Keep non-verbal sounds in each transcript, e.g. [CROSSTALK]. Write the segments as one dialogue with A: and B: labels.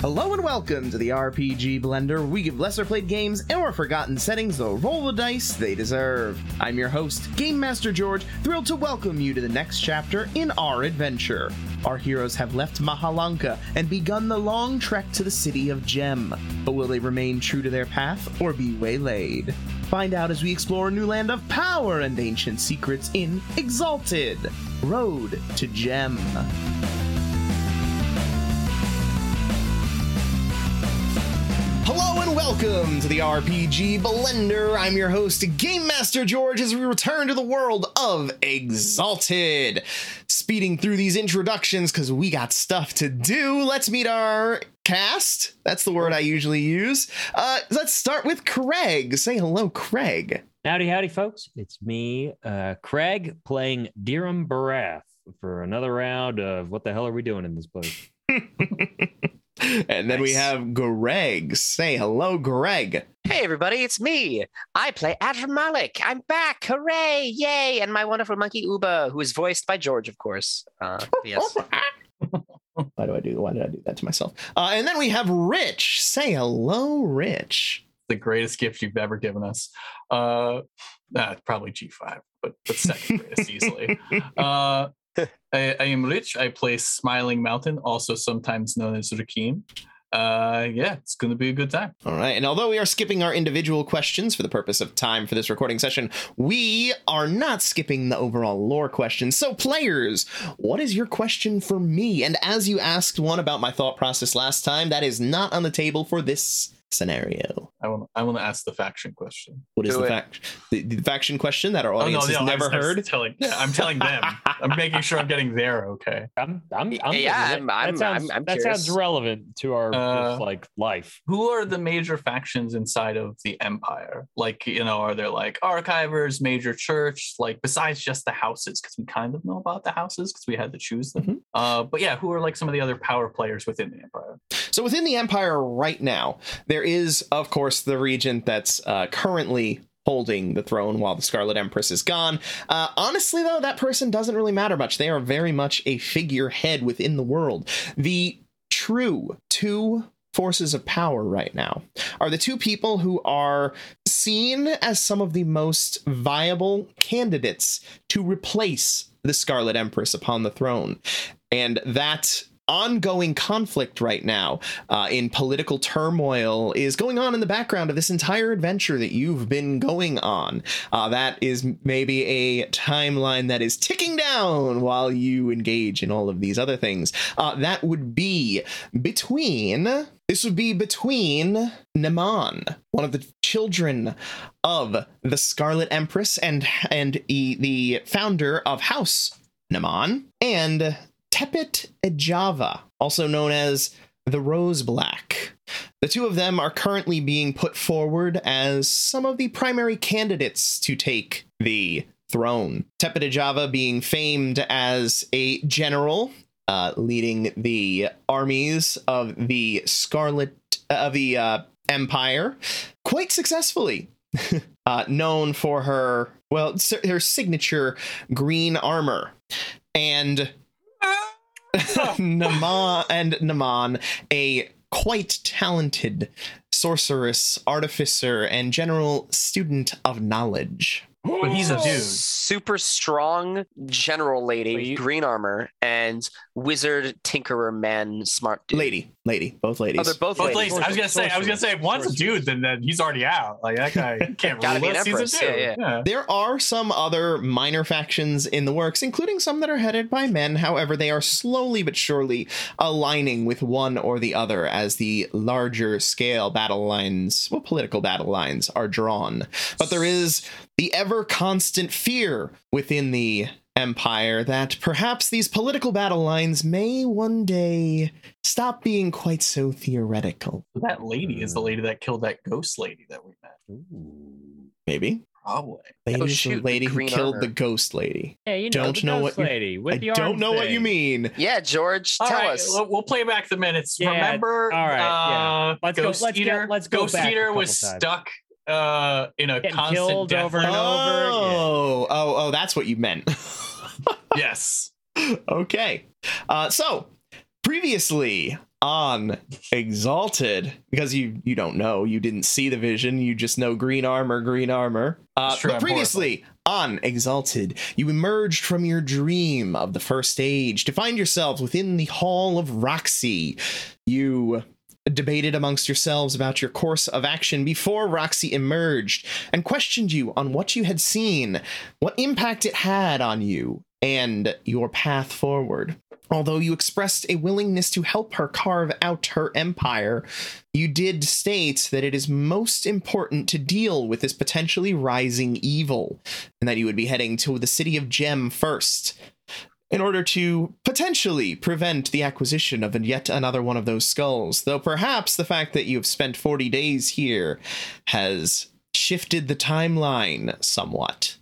A: Hello and welcome to the RPG Blender. where We give lesser played games and or forgotten settings the roll of dice they deserve. I'm your host, Game Master George, thrilled to welcome you to the next chapter in our adventure. Our heroes have left Mahalanka and begun the long trek to the city of Gem. But will they remain true to their path or be waylaid? Find out as we explore a new land of power and ancient secrets in Exalted Road to Gem. Hello and welcome to the RPG Blender. I'm your host, Game Master George, as we return to the world of Exalted. Speeding through these introductions because we got stuff to do. Let's meet our cast. That's the word I usually use. Uh, let's start with Craig. Say hello, Craig.
B: Howdy, howdy, folks. It's me, uh, Craig, playing Dirham Barath for another round of what the hell are we doing in this place?
A: And then we
C: Nice.
A: have Greg. Say hello, Greg.
C: Hey everybody, it's me. I play Adram Malik. I'm back. Hooray! Yay! And my wonderful monkey Uba, who is voiced by George, of course. Uh, yes.
A: Why do I do? Why did I do that to myself? Uh, and then we have Rich. Say hello, Rich.
D: the greatest gift you've ever given us. Uh, uh, probably G5, but, but second
A: [LAUGHS]
D: greatest easily. Uh, I, I am Rich. I play Smiling Mountain, also sometimes known as Rakim. Uh, yeah, it's going to be a good time.
A: All right. And although we are skipping our individual questions for the purpose of time for this recording session, we are not skipping the overall lore question. So, players, what is your question for me? And as you asked one about my thought process last time, that is not on the table for this scenario.
D: I want I want to ask the faction question.
A: What is
C: Do
A: the
C: it.
A: fact the, the faction question that our audience has
D: Oh, I was-
A: never
D: I was
A: heard?
D: telling, yeah, I'm telling them. I'm making sure I'm getting there. Okay.
B: I'm, I'm, I'm
C: Yeah,
B: that-
C: I'm-
B: that
C: I'm-
B: sounds-
C: I'm- I'm
B: that sounds
C: curious.
B: relevant to our
D: Uh,
B: just, like life.
D: Who are the major factions inside of the empire? Like, you know, are there like archivers, major church, like besides just the houses? Because we kind of know about the houses because we had to choose them.
C: Mm-hmm.
A: Mhm.
D: Uh, but yeah, who are like some of the other power players within the empire?
A: So within the Empire right now, there is, of course, the regent that's uh, currently holding the throne while the Scarlet Empress is gone. Uh, honestly, though, that person doesn't really matter much. They are very much a figurehead within the world. The true two forces of power right now are the two people who are seen as some of the most viable candidates to replace the Scarlet Empress upon the throne. And that ongoing conflict right now uh, in political turmoil is going on in the background of this entire adventure that you've been going on. Uh, that is m- maybe a timeline that is ticking down while you engage in all of these other things. Uh, that would be between. This would be between Naman, one of the children of the Scarlet Empress and and e- the founder of House Naman, and Tepet Ejava, also known as the Rose Black. The two of them are currently being put forward as some of the primary candidates to take the throne. Tepet Ejava being famed as a general uh, leading the armies of the Scarlet of the uh, Empire quite successfully. [LAUGHS] uh, known for her well s- her signature green armor and [LAUGHS] Naman and Naman, a quite talented sorceress, artificer, and general student of knowledge.
D: But he's a [LAUGHS] dude.
C: Super strong general lady,
B: Wait, you-
C: green armor, and wizard tinkerer man, smart dude.
A: Lady, lady, both ladies.
C: Oh, they're both,
D: Both
C: ladies.
D: ladies. I was gonna say, I was gonna say, if one's a
B: Sorcerers.
D: dude, then, then he's already out. Like that
C: [LAUGHS]
D: guy can't
C: Gotta be
D: rule
C: an
D: us, He's
C: empress,
D: a dude.
C: yeah, yeah.
A: There are some other minor factions in the works, including some that are headed by men. However, they are slowly but surely aligning with one or the other as the larger scale battle lines, well, political battle lines, are drawn. But there is the ever constant fear within the empire that perhaps these political battle lines may one day stop being quite so theoretical.
D: That lady
C: Mm.
D: is the lady that killed that ghost lady that we met.
B: Ooh.
A: Maybe.
D: Probably.
A: Lady,
C: Oh,
A: is the
C: shoot, the
A: lady who
C: green
A: killed
C: armor.
A: the ghost lady.
B: Yeah, you know,
A: Don't
B: the
A: know
B: ghost
A: what you-
B: lady with
A: I
B: the
A: don't
B: arm
A: know what you
B: thing.
A: mean.
C: Yeah, George,
D: All
C: tell
D: right,
C: us.
D: We'll, we'll play back the minutes.
B: Yeah,
D: Remember,
B: all right, yeah.
D: uh,
B: Let's go-
D: Ghost
B: let's go-
D: Eater.
B: let's go
D: Ghost
B: back a
D: Eater
B: couple
D: was
B: times.
D: stuck uh, in a
B: Getting
D: constant
B: killed
D: death
B: over and
D: loop.
B: over again.
A: Oh, oh, oh,
B: [LAUGHS]
A: that's what you meant.
D: Yes.
A: okay. Uh, so, previously on Exalted, because you you don't know, you didn't see the vision, you just know green armor, green armor. Uh,
D: It's true,
A: but
D: I'm
A: previously on Exalted, you emerged from your dream of the first age to find yourselves within the Hall of Roxy. You debated amongst yourselves about your course of action before Roxy emerged and questioned you on what you had seen, what impact it had on you, and your path forward. Although you expressed a willingness to help her carve out her empire, you did state that it is most important to deal with this potentially rising evil, and that you would be heading to the city of Gem first in order to potentially prevent the acquisition of yet another one of those skulls, though perhaps the fact that you have spent 40 days here has shifted the timeline somewhat.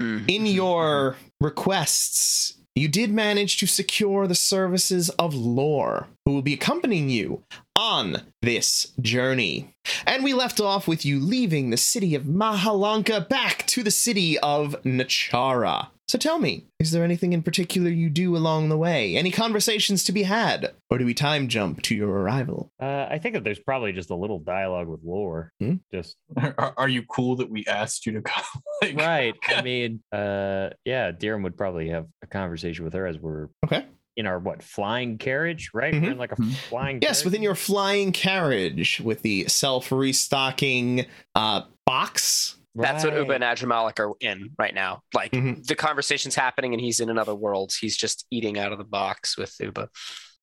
C: Mm-hmm.
A: In your requests, you did manage to secure the services of Lore, who will be accompanying you on this journey. And we left off with you leaving the city of Mahalanka back to the city of Nachara. So tell me, is there anything in particular you do along the way? Any conversations to be had? Or do we time jump to your arrival?
B: Uh, I think that there's probably just a little dialogue with Lore.
A: Hmm?
B: Just
D: [LAUGHS] Are, are you cool that we asked you to come? [LAUGHS] Like,
B: right.
C: [LAUGHS]
B: I mean, uh, yeah, Dirham would probably have a conversation with her as we're
A: Okay. Mm-hmm.
B: in our what flying carriage, right? We're in like a
D: Mhm.
B: flying.
A: Yes,
B: carriage.
A: within your flying carriage with the self restocking uh, box.
C: That's what Uba
B: Right.
C: and Adramalik are in right now. Like
D: Mm-hmm.
A: Mhm.
C: the conversation's happening, and he's in another world. He's just eating out of the box with Uba.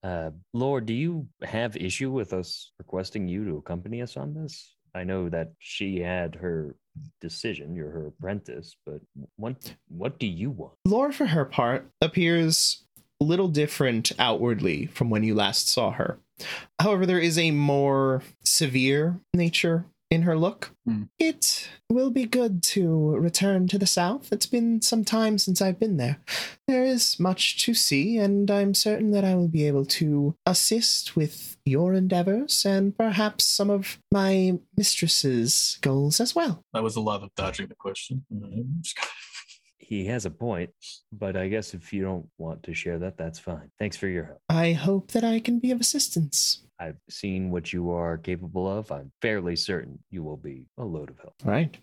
B: Uh, Lord, do you have issue with us requesting you to accompany us on this? I know that she had her decision. You're her apprentice, but what what do you want?
A: Lore, for her part, appears little different outwardly from when you last saw her. However, there is a more severe nature in her look.
D: Hmm.
A: It will be good to return to the south. It's been some time since I've been there. There is much to see, and I'm certain that I will be able to assist with your endeavors and perhaps some of my mistress's goals as well.
D: That was a lot of dodging the question. [LAUGHS] Mm, just kinda-
B: He has a point, but I guess if you don't want to share that, that's fine. Thanks for your help.
A: I hope that I can be of assistance.
B: I've seen what you are capable of. I'm fairly certain you will be a load of help.
A: All Right.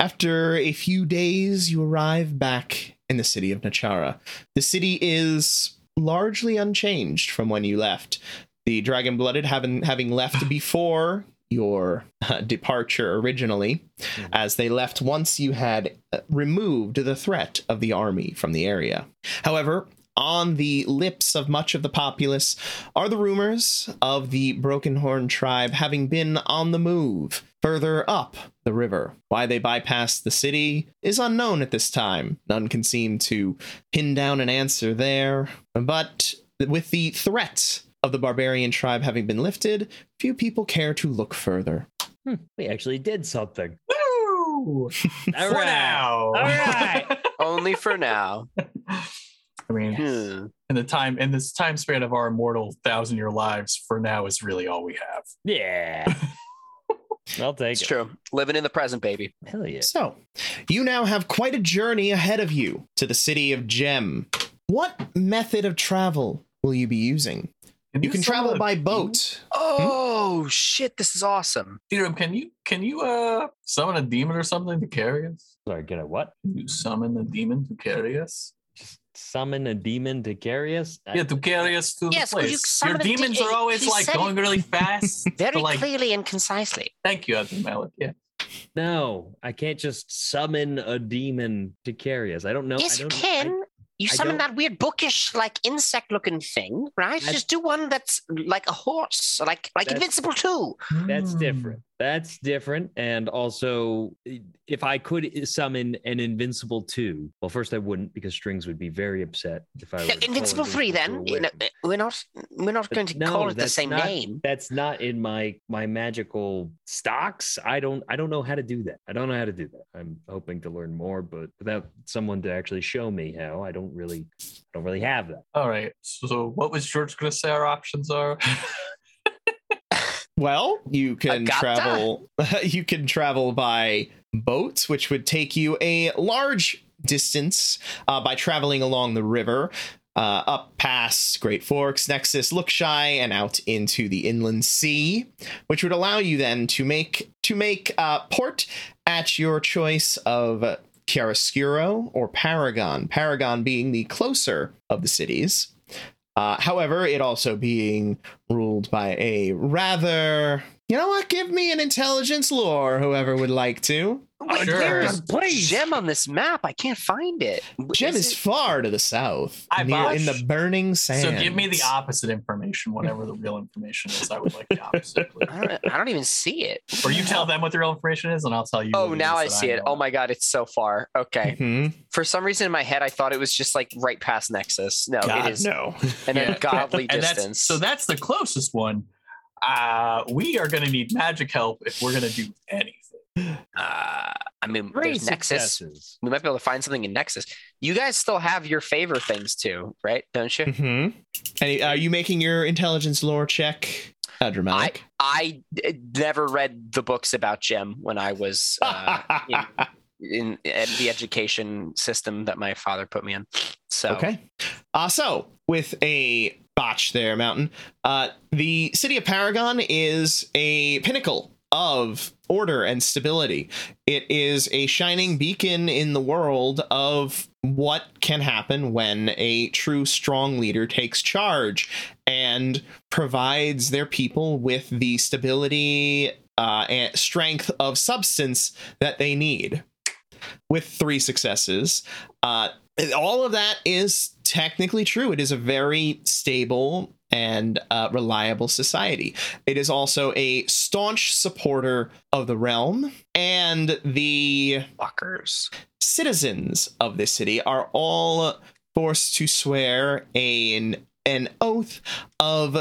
A: After a few days, you arrive back in the city of Nachara. The city is largely unchanged from when you left. The Dragon Blooded, having, having left before your uh, departure originally,
B: Mhm.
A: as they left once you had uh, removed the threat of the army from the area. However, on the lips of much of the populace are the rumors of the Broken Horn tribe having been on the move further up the river. Why they bypassed the city is unknown at this time. None can seem to pin down an answer there. But with the threat of the barbarian tribe having been lifted, few people care to look further.
B: Hmm, we actually did something.
D: Woo!
B: All
D: For
B: right.
D: now. All
B: right.
C: Only for now.
D: [LAUGHS] I mean,
C: Hmm.
D: in the time in this time span of our immortal thousand year lives, for now is really all we have.
C: [LAUGHS]
B: Yeah. I'll take
C: It's
B: it.
C: true. Living in the present, baby.
B: Hell yeah.
A: So, you now have quite a journey ahead of you to the city of Gem. What method of travel will you be using? You can travel by boat.
B: Hmm?
C: Oh shit! This is awesome.
D: Theorem, can you can you uh summon a demon or something to carry us?
B: Sorry, get a what?
D: Can you summon a demon to carry us?
B: Just summon a demon to carry us? I-
D: Yeah, to carry us to
C: Yes,
D: the
C: could you
D: place. Your
C: summon a
D: demons
C: de-
D: are always
C: he
D: like
C: said it.
D: going really fast.
C: [LAUGHS] Very
D: so, like,
C: clearly and concisely.
D: thank you, Adam Malik. Yeah.
B: No, I can't just summon a demon to carry us. I don't know.
C: yes,
B: I
C: you
B: don't,
C: can. you
B: I
C: summon
B: don't-
C: that weird bookish, like insect-looking thing, right?
B: I-
C: Just do one that's like a horse, like like
B: That's-
C: Invincible Two.
B: I-
D: Hmm.
B: that's different. That's different. And also, i- if I could summon an invincible two, well, first I wouldn't because strings would be very upset if I were
C: No,
B: to call
C: Invincible Three. Then
B: 2 away
C: You know, uh,
B: from-
C: we're not we're not
B: But
C: going to
B: no,
C: call it the
B: that's
C: same
B: not-
C: name.
B: That's not in my my magical stocks. I don't I don't know how to do that. I don't know how to do that. I'm hoping to learn more, but without someone to actually show me how, I don't really I don't really have that.
D: All right. So what was George gonna say our options are?
A: Well, you can
C: Agata?
A: travel. [LAUGHS] you can travel by boat, which would take you a large distance uh, by traveling along the river. uh, up past Great Forks, Nexus, Lookshy, and out into the inland sea, which would allow you then to make to make uh, port at your choice of Chiaroscuro or Paragon. Paragon being the closer of the cities. Uh, however, it also being ruled by a rather. You know what? Give me an intelligence lore, whoever would like to.
C: Oh, Wait,
D: Sure.
C: there is a gem on this map. I can't find it. W-
A: Jim is,
C: it-
A: far to the south,
D: I
A: near, in
D: botched.
A: the burning sand.
D: So give me the opposite information, whatever the real information is. I would like the opposite, please.
C: I don't, I don't even see it.
D: Or you tell them what the real information is, and I'll tell you.
C: Oh,
D: what
C: now I
D: is that
C: see it.
D: know.
C: Oh my god, it's so far. Okay.
A: Mhm.
C: For some reason in my head, I thought it was just like right past Nexus. No, it
A: God, [LAUGHS]
C: is
A: no.
C: an
D: Yeah. [LAUGHS]
C: ungodly
D: And that's-
C: distance.
D: so that's the closest one. Uh, we are going to need magic help if we're going to do anything.
C: uh, I mean,
B: Three
C: there's Nexus.
B: successes.
C: We might be able to find something in Nexus. You guys still have your favor things too, right? Don't you?
A: hmm And are you making your intelligence lore check? Uh, dramatic.
C: I d- never read the books about Gem when I was
A: [LAUGHS]
C: uh, in, in, in the education system that my father put me in. So
A: Okay. Uh, so, with a botch there, Mountain, uh, the city of Paragon is a pinnacle of order and stability. It is a shining beacon in the world of what can happen when a true strong leader takes charge and provides their people with the stability uh, and strength of substance that they need. With three successes, uh, all of that is technically true. It is a very stable and uh, reliable society. It is also a staunch supporter of the realm, and the
C: fuckers.
A: citizens of this city are all forced to swear an an oath of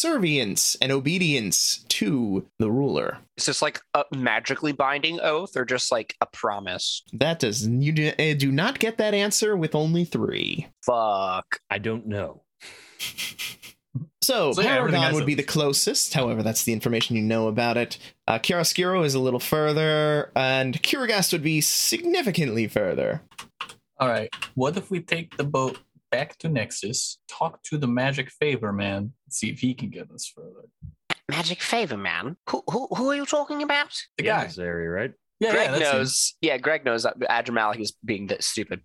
A: subservience and obedience to the ruler.
C: Is this like a magically binding oath or just like a promise?
A: That does you do, eh, do not get that answer with only three.
C: Fuck.
B: I don't know.
A: So,
D: So, yeah, everything
A: Paragon
D: has
A: would
D: a-
A: be the closest. However, that's the information you know about it. Uh, Chiaroscuro is a little further, and Curagast would be significantly further.
D: All right. What if we take the boat back to Nexus, talk to the magic favor man, and see if he can get us further?
C: Magic favor, man. Who who, who are you talking about?
D: The
B: The
D: guy.
B: emissary, right?
D: Yeah,
C: Greg
D: yeah, that's him.
C: knows. Yeah, Greg knows that Adramalik is being that stupid.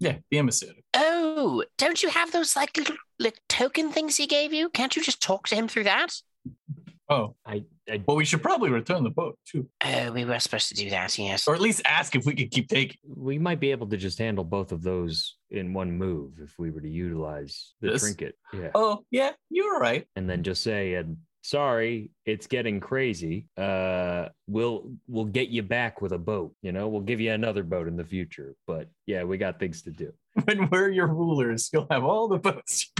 D: Yeah, the emissary.
C: Oh, don't you have those like little, little token things he gave you? Can't you just talk to him through that?
D: Oh,
B: I, I
D: well, we should probably return the boat too,
C: Oh, we were supposed to do that. Yes.
D: or at least ask if we could keep taking.
B: we might be able to just handle both of those in one move if we were to utilize the
D: This?
B: trinket. Yeah.
D: Oh, yeah, you're right. [LAUGHS]
B: And then just say and sorry, it's getting crazy. Uh we'll we'll get you back with a boat, you know, we'll give you another boat in the future. But yeah, we got things to do.
D: When we're your rulers, you'll have all the boats. [LAUGHS]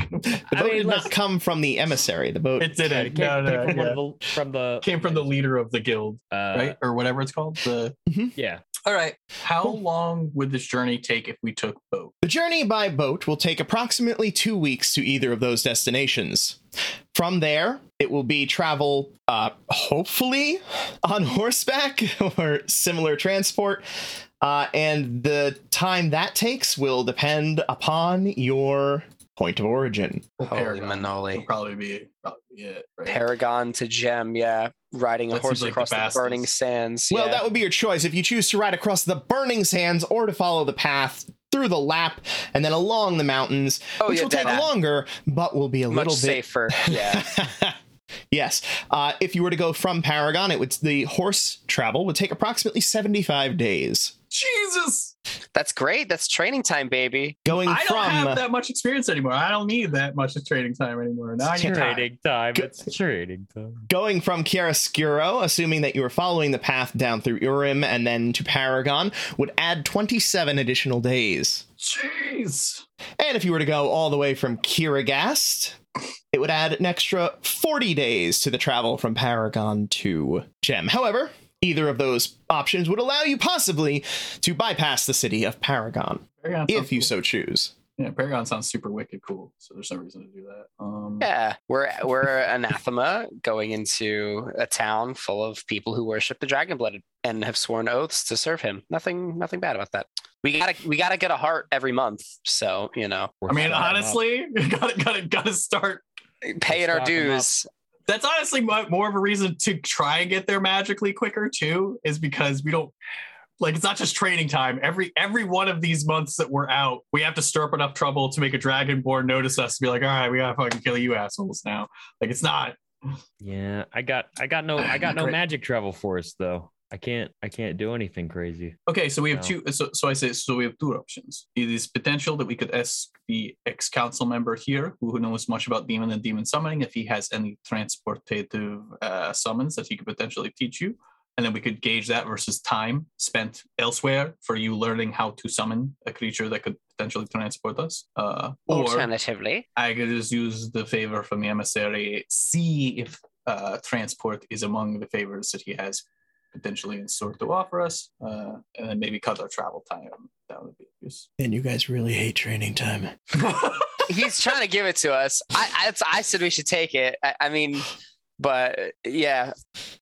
A: The
B: I
A: boat
B: mean,
A: did
B: let's-
A: not come from the emissary. The boat.
D: it
B: Yeah,
D: didn't.
B: it came, came
D: No, no,
B: from,
D: yeah.
B: one of the, from the
D: Came from the leader of the guild,
B: uh,
D: right, or whatever it's called. The
B: Yeah.
D: all right. How
A: Cool.
D: long would this journey take if we took boat?
A: The journey by boat will take approximately two weeks to either of those destinations. From there, it will be travel, uh, hopefully, on horseback [LAUGHS] or similar transport. Uh, and the time that takes will depend upon your point of origin.
D: Well,
C: Holy
D: Paragon would
C: manoli.
D: probably be probably be it. Right?
C: Paragon to Gem, yeah. Riding a
D: That
C: horse
D: seems like the
C: across the,
D: fastest.
C: burning sands.
A: Well,
C: yeah.
A: that would be your choice if you choose to ride across the burning sands or to follow the path through the lap and then along the mountains,
C: oh,
A: which
C: yeah,
A: will take
C: that-
A: longer, but will be a
C: much
A: little bit
C: safer. yeah.
A: [LAUGHS] yes. Uh, if you were to go from Paragon, it would the horse travel would take approximately 75 days.
D: Jesus,
C: That's great. That's training time, baby.
A: Going
D: I don't
A: from
D: have that much experience anymore. I don't need that much of training time anymore. Now I need time.
B: Trading time.
A: Go-
B: It's trading time.
A: going from Chiaroscuro, assuming that you were following the path down through Urim and then to Paragon, would add 27 additional days.
D: Jeez.
A: And if you were to go all the way from Kiragast, it would add an extra 40 days to the travel from Paragon to Gem. However, either of those options would allow you possibly to bypass the city of Paragon.
D: Paragon's so
A: if you
D: cool.
A: so choose.
D: Yeah, Paragon sounds super wicked cool. So there's no reason to do that. Um,
C: Yeah, we're we're anathema going into a town full of people who worship the dragon blood and have sworn oaths to serve him. Nothing nothing bad about that. We gotta we gotta get a heart every month, so you know,
B: We're
D: I mean,
B: stocking up.
D: honestly, [LAUGHS] gotta gotta gotta start.
C: paying our
B: stock 'em up.
C: dues.
D: That's honestly mo- more of a reason to try and get there magically quicker too, is because we don't like it's not just training time. Every every one of these months that we're out, we have to stir up enough trouble to make a dragonborn notice us and be like, all right, we gotta fucking kill you assholes now. Like it's not
B: Yeah, I got I got no
D: [SIGHS]
B: I got no
D: Great.
B: magic travel for us though. I can't I can't do anything
D: [LAUGHS]
B: crazy.
D: Okay, so we have
B: No.
D: two. So, so I say, so we have two options. It is potential that we could ask the ex council member here, who knows much about demon and demon summoning, if he has any transportative uh, summons that he could potentially teach you, and then we could gauge that versus time spent elsewhere for you learning how to summon a creature that could potentially transport us. Uh, or
C: Alternatively,
D: I could just use the favor from the emissary, see if uh, transport is among the favors that he has potentially in store to offer us, uh, and then maybe cut our travel time. That would be use.
E: And you guys really hate training time.
C: he's trying to give it to us. I I, it's- I said we should take it. I, I mean, but yeah,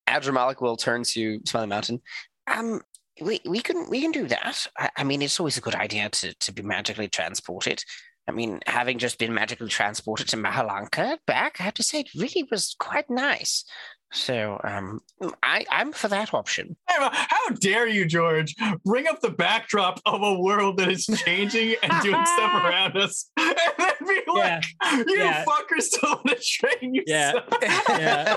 C: Adramalik will turn to Smiling Mountain. Um, we we can we can do that. I, I mean, it's always a good idea to to be magically transported. I mean, having just been magically transported to Mahalanka back, I have to say it really was quite nice. So um, I I'm for that option.
D: [LAUGHS] How dare you, George, bring up the backdrop of a world that is changing and doing
B: [LAUGHS]
D: stuff around us, and then be like, "You
B: yeah.
D: fuckers still want to train
B: Yeah.
D: yourself."
B: Yeah.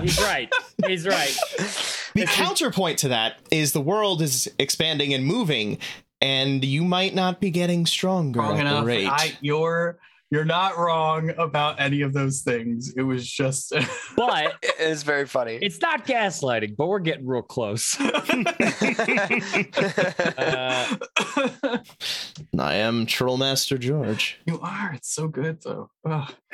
B: He's right. He's right.
A: The
B: If you-
A: counterpoint to that is the world is expanding and moving, and you might not be getting stronger
D: wrong
A: at
D: enough.
A: the rate.
D: I, you're you're not wrong about any of those things. It was just [LAUGHS]
B: But
C: It's very funny. [LAUGHS]
B: it's not gaslighting, but we're getting real close. Uh,
A: I am Trollmaster George.
D: you are. It's so good though. Ugh.
B: [LAUGHS]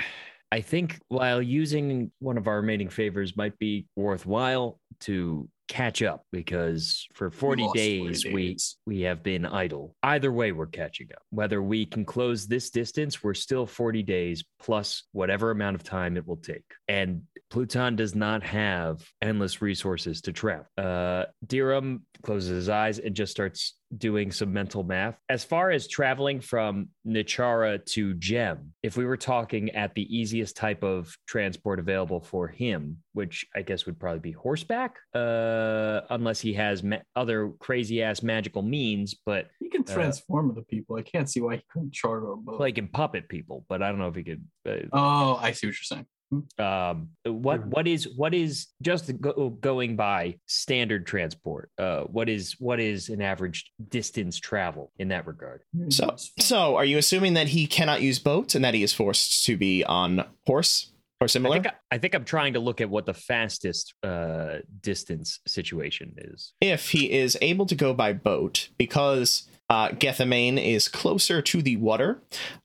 B: I think while using one of our remaining favors might be worthwhile to catch up because for 40
D: lost 40
B: days, we
D: days.
B: we have been idle. Either way we're catching up. Whether we can close this distance, we're still 40 days plus whatever amount of time it will take. And Pluton does not have endless resources to travel. Uh Dirham closes his eyes and just starts doing some mental math. As far as traveling from Nichara to Gem, if we were talking at the easiest type of transport available for him, which I guess would probably be horseback, uh, unless he has ma- other crazy ass magical means, but
D: He can
B: Uh,
D: transform other people. I can't see why he couldn't charter a boat.
B: like he can puppet people. But I don't know if he could. Uh,
D: oh, I see what you're saying.
B: um what
D: Mhm.
B: what is what is just go, going by standard transport uh what is what is an average distance travel in that regard
D: You're
A: So-
D: just-
A: So, are you assuming that he cannot use boat and that he is forced to be on horse or
B: I
A: similar?
B: think, I, I think i'm trying to look at what the fastest uh distance situation is
A: if he is able to go by boat, because uh, Gethsemane is closer to the water,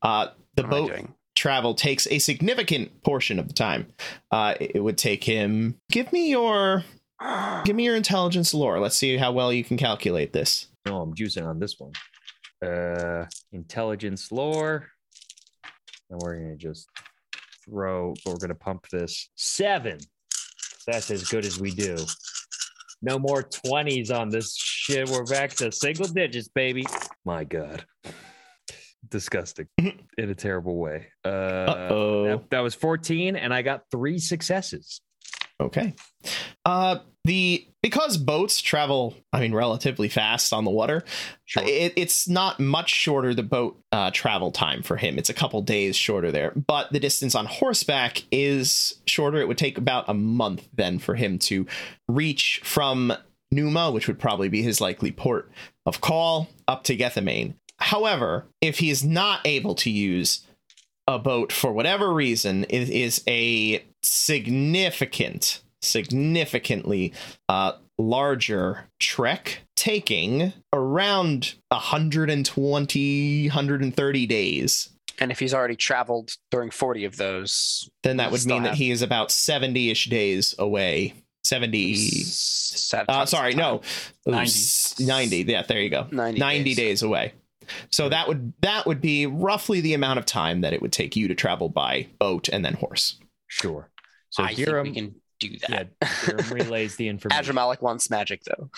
A: uh, the
C: What am I
A: boat
C: [GASPS] doing?
A: travel takes a significant portion of the time. Uh, it it would take him. Give me your give me your intelligence lore. Let's see how well you can calculate this.
B: no i'm juicing on this one uh intelligence lore and we're gonna just throw we're gonna pump this seven that's as good as we do no more 20s on this shit we're back to single digits baby my god disgusting in a terrible way uh
A: oh.
B: that, that was 14 and i got three successes
A: Okay. Uh, the because boats travel, I mean, relatively fast on the water.
B: Sure.
A: It, it's not much shorter the boat uh, travel time for him. It's a couple days shorter there, but the distance on horseback is shorter. It would take about a month then for him to reach from Numa, which would probably be his likely port of call, up to Gethsemane. However, if he is not able to use a boat for whatever reason, it is a significant, significantly uh, larger trek, taking around 120, 130 days.
C: And if he's already traveled during 40 of those,
A: Then that would
C: Still
A: mean that
C: have-
A: he is about 70 ish days away. 70.
C: s- that
A: Uh,
C: counts
A: sorry,
C: as
A: no. Ooh,
D: 90.
A: s- 90. Yeah, there you go.
C: 90
A: 90
C: days.
A: days away. So that would that would be roughly the amount of time that it would take you to travel by boat and then horse.
B: Sure. So
E: I think
B: here
E: we
B: I'm
E: can do
B: yeah,
E: [LAUGHS] that.
B: Hiram relays the information.
E: Adramalic wants magic though.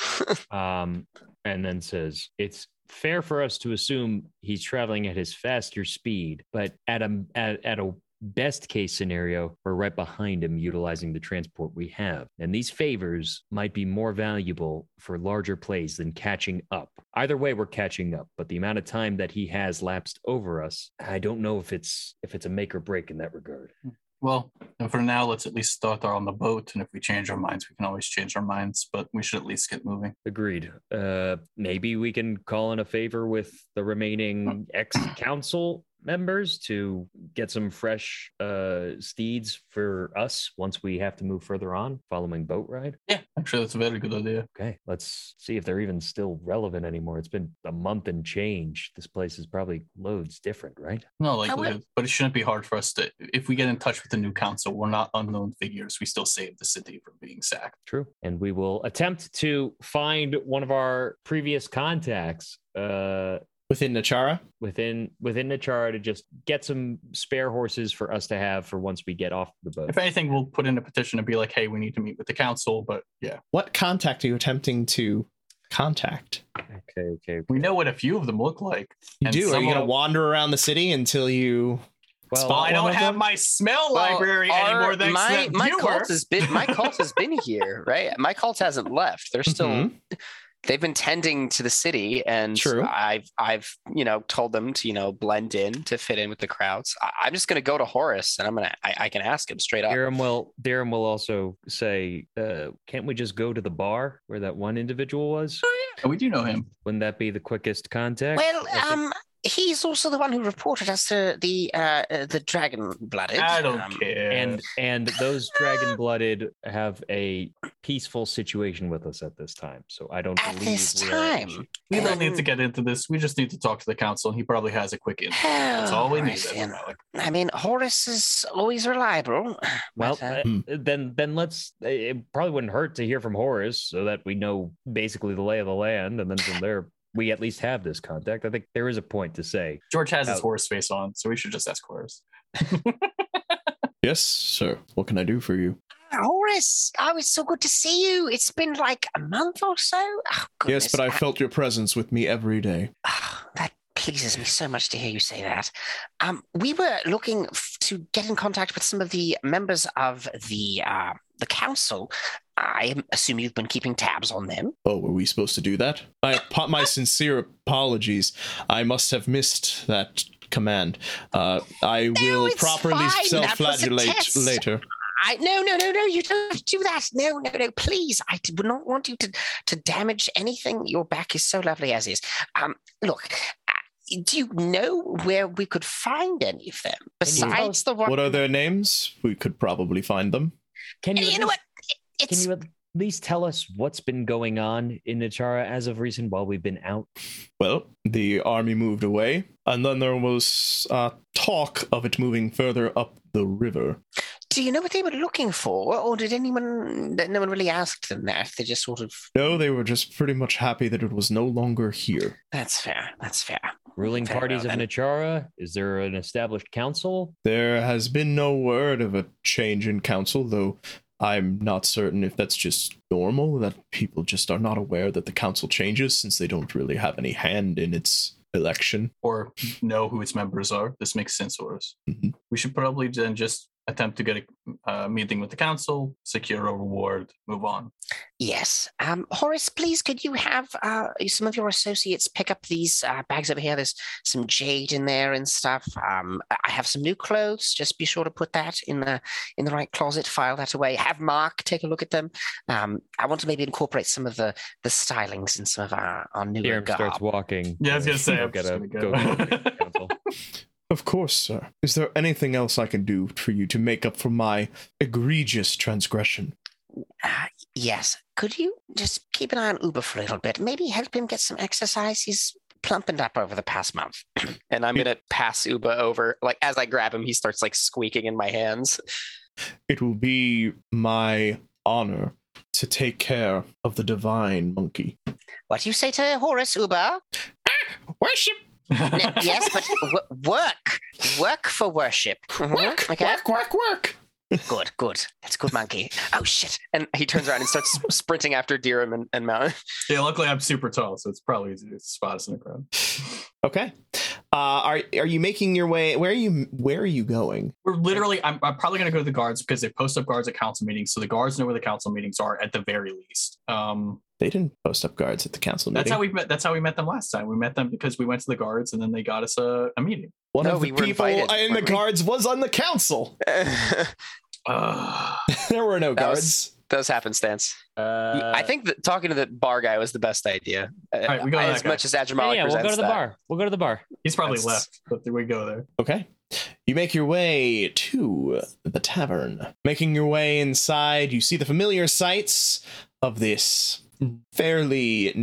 B: um, and then says it's fair for us to assume he's traveling at his faster speed, but at a at, at a best case scenario, we're right behind him utilizing the transport we have. And these favors might be more valuable for larger plays than catching up. Either way, we're catching up, but the amount of time that he has lapsed over us, I don't know if it's if it's a make or break in that regard.
D: Well, and for now, let's at least start on the boat. And if we change our minds, we can always change our minds, but we should at least get moving.
B: Agreed. Uh, maybe we can call in a favor with the remaining ex council members to get some fresh uh, steeds for us once we have to move further on following boat ride.
D: Yeah. Actually, that's a very good idea.
B: Okay, let's see if they're even still relevant anymore. It's been a month and change. This place is probably loads different, right?
D: No, like,
E: I would-
D: but it shouldn't be hard for us to, if we get in touch with the new council, we're not unknown figures. We still save the city from being sacked.
B: True. And we will attempt to find one of our previous contacts. Uh,
A: Within Nachara,
B: within within the char to just get some spare horses for us to have for once we get off the boat.
D: If anything, we'll put in a petition and be like, hey, we need to meet with the council. But yeah,
A: what contact are you attempting to contact?
B: Okay, okay.
D: we know what a few of them look like.
A: You
D: And
A: do. Are
D: some
A: you going to
D: of-
A: wander around the city until you?
B: Well,
A: Spot
D: I
A: one
D: don't
A: of
D: have
A: them?
D: my smell
E: Well,
D: library
E: our-
D: anymore. Thanks
E: my
D: to that
E: my
D: viewer.
E: cult has been my cult has been here, right? My cult hasn't left.
A: [LAUGHS]
E: They're still
A: Mhm.
E: they've been tending to the city, and
A: True.
E: I've I've you know told them to you know blend in to fit in with the crowds. I, I'm just gonna go to Horace, and I'm gonna I, I can ask him straight up.
B: Darren will Darren will also say, uh, can't we just go to the bar where that one individual was?
D: We do know him.
B: Wouldn't that be the quickest contact?
E: Well,
B: I think-
E: um, he's also the one who reported us to the uh, uh, the dragon blooded.
D: I don't
E: um,
D: care.
B: and and those dragon blooded have a peaceful situation with us at this time. So I don't
E: At
B: believe
E: this
B: we are at
E: time.
B: issue.
D: we don't need
E: um,
D: to get into this. We just need to talk to the council, and he probably has a quick in.
E: [SIGHS]
D: That's all we need.
E: Horace,
D: Ezra
E: you know.
D: Malik.
E: I mean, Horace is always reliable. [SIGHS]
B: Well,
E: But, uh,
B: uh,
A: Hmm.
B: then then let's. uh, It probably wouldn't hurt to hear from Horace so that we know basically the lay of the land, and then from there we at least have this contact. I think there is a point to say.
D: George has his
B: Out.
D: horse face on, so we should just ask Horace.
A: Yes, sir. What can I do for you?
E: Horace, oh, it's so good to see you. It's been like a month or so. Oh, goodness.
A: Yes, but I felt your presence with me every day.
E: Ah, that pleases me so much to hear you say that. Um, we were looking f- to get in contact with some of the members of the uh, the council. I assume you've been keeping tabs on them.
A: Oh, were we supposed to do that? My apo- my sincere apologies. I must have missed that command. Uh, I will
E: it's
A: properly
E: fine. That was a
A: self-flagellate
E: test.
A: later.
E: I no no no no you don't do that no no no please I d- would not want you to to damage anything your back is so lovely as is um look uh, do you know where we could find any of them
B: Can you tell
E: besides the one
A: What are their names? We could probably find them.
B: Can
E: you,
B: you? at least-
E: know what
B: Can
E: it's
B: you at least tell us what's been going on in Nachara as of recent while we've been out?
A: Well, the army moved away, and then there was uh, talk of it moving further up the river.
E: do you know what they were looking for or did anyone that no one really asked them that they just sort of
A: No, they were just pretty much happy that it was no longer here.
E: that's fair that's fair
B: Ruling
E: Fair
B: parties of
E: enough.
B: Nachara? Is there an established council?
A: There has been no word of a change in council, though I'm not certain if that's just normal, that people just are not aware that the council changes since they don't really have any hand in its election.
D: Or know who its members are. This makes sense, Horace.
A: Mhm.
D: We should probably then just attempt to get a uh, meeting with the council, secure a reward, move on.
E: Yes. Um, Horace, please, could you have uh, some of your associates pick up these uh, bags over here? There's some jade in there and stuff. Um, I I have some new clothes. Just be sure to put that in the in the right closet. File that away. Have Mark take a look at them. Um, I want to maybe incorporate some of the the stylings in some of our our new
B: Darren starts
E: garb.
B: walking.
D: Yeah, I was
B: Uh,
D: gonna say,
B: go
D: I'm
B: get
D: just
B: a-
D: gonna
B: go
D: go.
B: get a
D: [LAUGHS]
B: meeting council.
A: Of course, sir. Is there anything else I can do for you to make up for my egregious transgression?
E: Uh, yes. Could you just keep an eye on Uber for a little bit? Maybe help him get some exercise. He's plumpened up over the past month.
A: And I'm
E: gonna pass Uber over. Like as I grab him, he starts like squeaking in my hands.
A: It will be my honor to take care of the divine monkey.
E: What do you say to Horus Uber?
A: Worship
D: [LAUGHS]
C: N- yes, but w- work, work for worship. Mhm,
A: Work,
C: Okay.
A: work, work, work.
C: Good. Good. That's good, monkey. Oh shit! And he turns around and starts
E: [LAUGHS]
C: sprinting after Dirham and, and Mountain.
D: yeah, luckily I'm super tall, so it's probably easy to spot us in the crowd.
A: Okay. Uh, are are you making your way? Where are you? Where are you going?
D: We're literally, I'm, I'm probably going to go to the guards because they post up guards at council meetings, so the guards know where the council meetings are at the very least. Um,
A: They didn't post up guards at the council meeting.
D: that's how we met. That's how we met them last time. We met them because we went to the guards, and then they got us a, a meeting.
A: One
C: No,
A: of
C: we
A: the
C: were
A: people
C: invited,
A: in the
C: weren't we?
A: guards was on the council. [LAUGHS]
C: that
D: Uh,
A: there were no
C: That was-
A: guards.
C: was happenstance.
B: Uh,
C: I think that talking to the bar guy was the best idea.
E: Uh,
C: All
D: right, we go to
C: as
D: that guy.
C: much as
B: yeah,
C: Adramalik
B: yeah, we'll
C: resents
B: go to the
C: that.
B: bar. We'll go to the bar.
D: he's probably
C: That's-
D: left, but we go there.
A: Okay. You make your way to the tavern. Making your way inside, you see the familiar sights of this fairly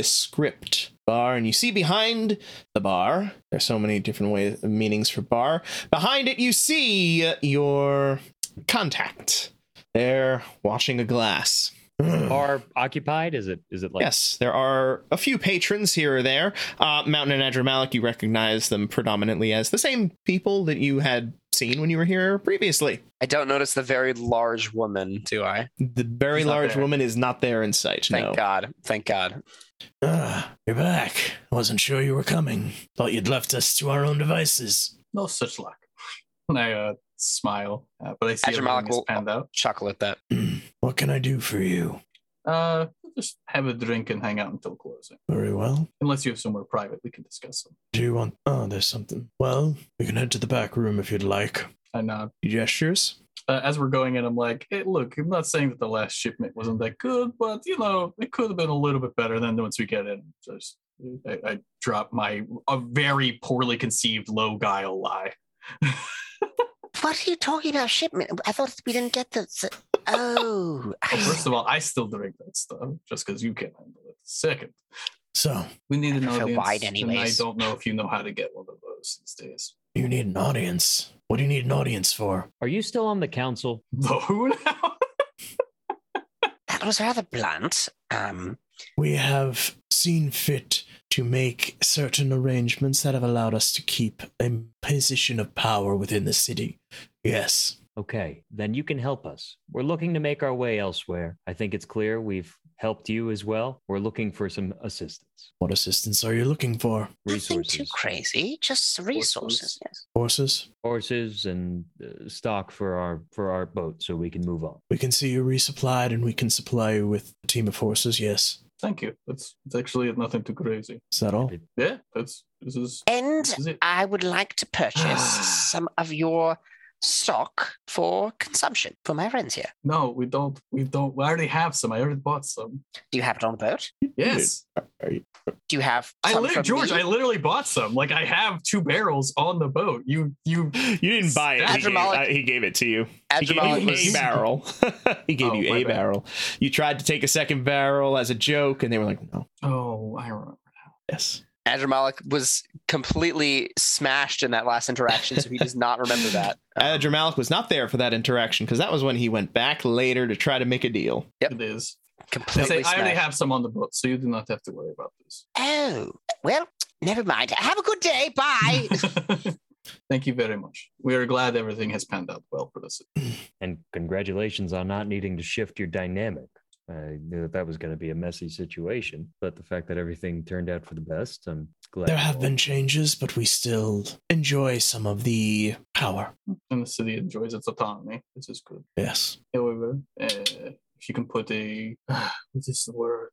A: nondescript bar, and you see behind the bar. There's so many different ways meanings for bar. Behind it, you see your contact. They're washing a
C: [CLEARS THROAT]
A: glass.
E: Hmm.
B: Bar occupied? Is it? Is it like?
A: yes, there are a few patrons here or there. Uh, Mountain and Adramalik, you recognize them predominantly as the same people that you had seen when you were here previously.
C: I don't notice the very large woman, do I?
A: The very
D: She's not
A: large
D: there.
A: woman is not there in sight.
C: Thank
A: no.
C: God. Thank God.
E: Ah, you're back. Wasn't sure you were coming. Thought you'd left us to our own devices. [CLEARS THROAT]
D: No such luck. [LAUGHS] And I uh, smile, uh, but I see
C: Azure
D: everything is
C: Malak will-
D: panned out.
C: Chuckle at that.
E: what can I do for you?
D: Uh, we'll just have a drink and hang out until closing.
E: Very well.
D: Unless you have somewhere private, we can discuss them.
E: Do you want? Oh, there's something. Well, we can head to the back room if you'd like.
D: And uh,
A: He gestures.
D: uh, as we're going in, I'm like, hey, look, I'm not saying that the last shipment wasn't that good, but you know, it could have been a little bit better than once we get in. Just, I, I drop my a very poorly conceived low guile lie. [LAUGHS]
C: What are you talking about, shipment? I thought we didn't get the. Oh.
D: Well, first of all, I still drink that stuff just because you can't handle it. Second,
E: So
D: we need an
C: I prefer
D: audience,
C: wide
D: and I
C: anyways.
D: don't know if you know how to get one of those these days.
E: you need an audience. What do you need an audience for?
B: Are you still on the council?
D: [LAUGHS] The who now?
C: that was rather blunt. Um,
E: We have seen fit to make certain arrangements that have allowed us to keep a position of power within the city. Yes.
B: Okay, then you can help us. We're looking to make our way elsewhere. I think it's clear we've helped you as well. We're looking for some assistance,
E: What assistance are you looking for?
C: nothing too
B: resources,
C: crazy, just resources. Yes.
E: Horses?
B: horses, and uh, stock for our for our boat, so we can move on.
E: We can see you resupplied and we can supply you with a team of horses, yes.
D: Thank you. That's it's actually nothing too crazy.
E: Is that all?
D: Yeah, that's this is
C: And
D: this is it.
C: I would like to purchase some of your stock for consumption for my friends here.
D: No, we don't. We don't. We already have some. I already bought some.
C: Do you have it on the boat?
D: Yes,
C: Do you have?
D: I
C: some
D: literally,
C: from
D: George.
C: me?
D: I literally bought some. Like I have two barrels on the boat. You, you.
A: [LAUGHS] You didn't buy it. He gave,
C: Adramalik-
A: uh, he gave it to you. He gave
C: Adramalik
A: you
C: was-
A: a barrel. [LAUGHS] he gave
D: Oh,
A: you
D: my
A: a
D: bad.
A: barrel. You tried to take a second barrel as a joke, and they were like, "No,
D: Oh, I remember.
A: yes."
C: Adramalik was completely smashed in that last interaction, so he does not remember that.
A: Uh, Dramalik was not there for that interaction because that was when he went back later to try to make a deal.
C: Yep.
D: It is. I,
C: [LAUGHS] Completely
D: say, I already
C: smashed.
D: have some on the boat, so you do not have to worry about this.
C: Oh well, never mind. Have a good day. Bye.
D: [LAUGHS] Thank you very much. We are glad everything has panned out well for this.
B: And congratulations on not needing to shift your dynamic. I knew that that was going to be a messy situation, but the fact that everything turned out for the best, I'm glad.
E: There
B: you
E: have
B: all-
E: been changes, but we still enjoy some of the power.
D: And the city enjoys its autonomy. This is good.
E: Yes.
D: However, uh, if you can put a [SIGHS] what is the word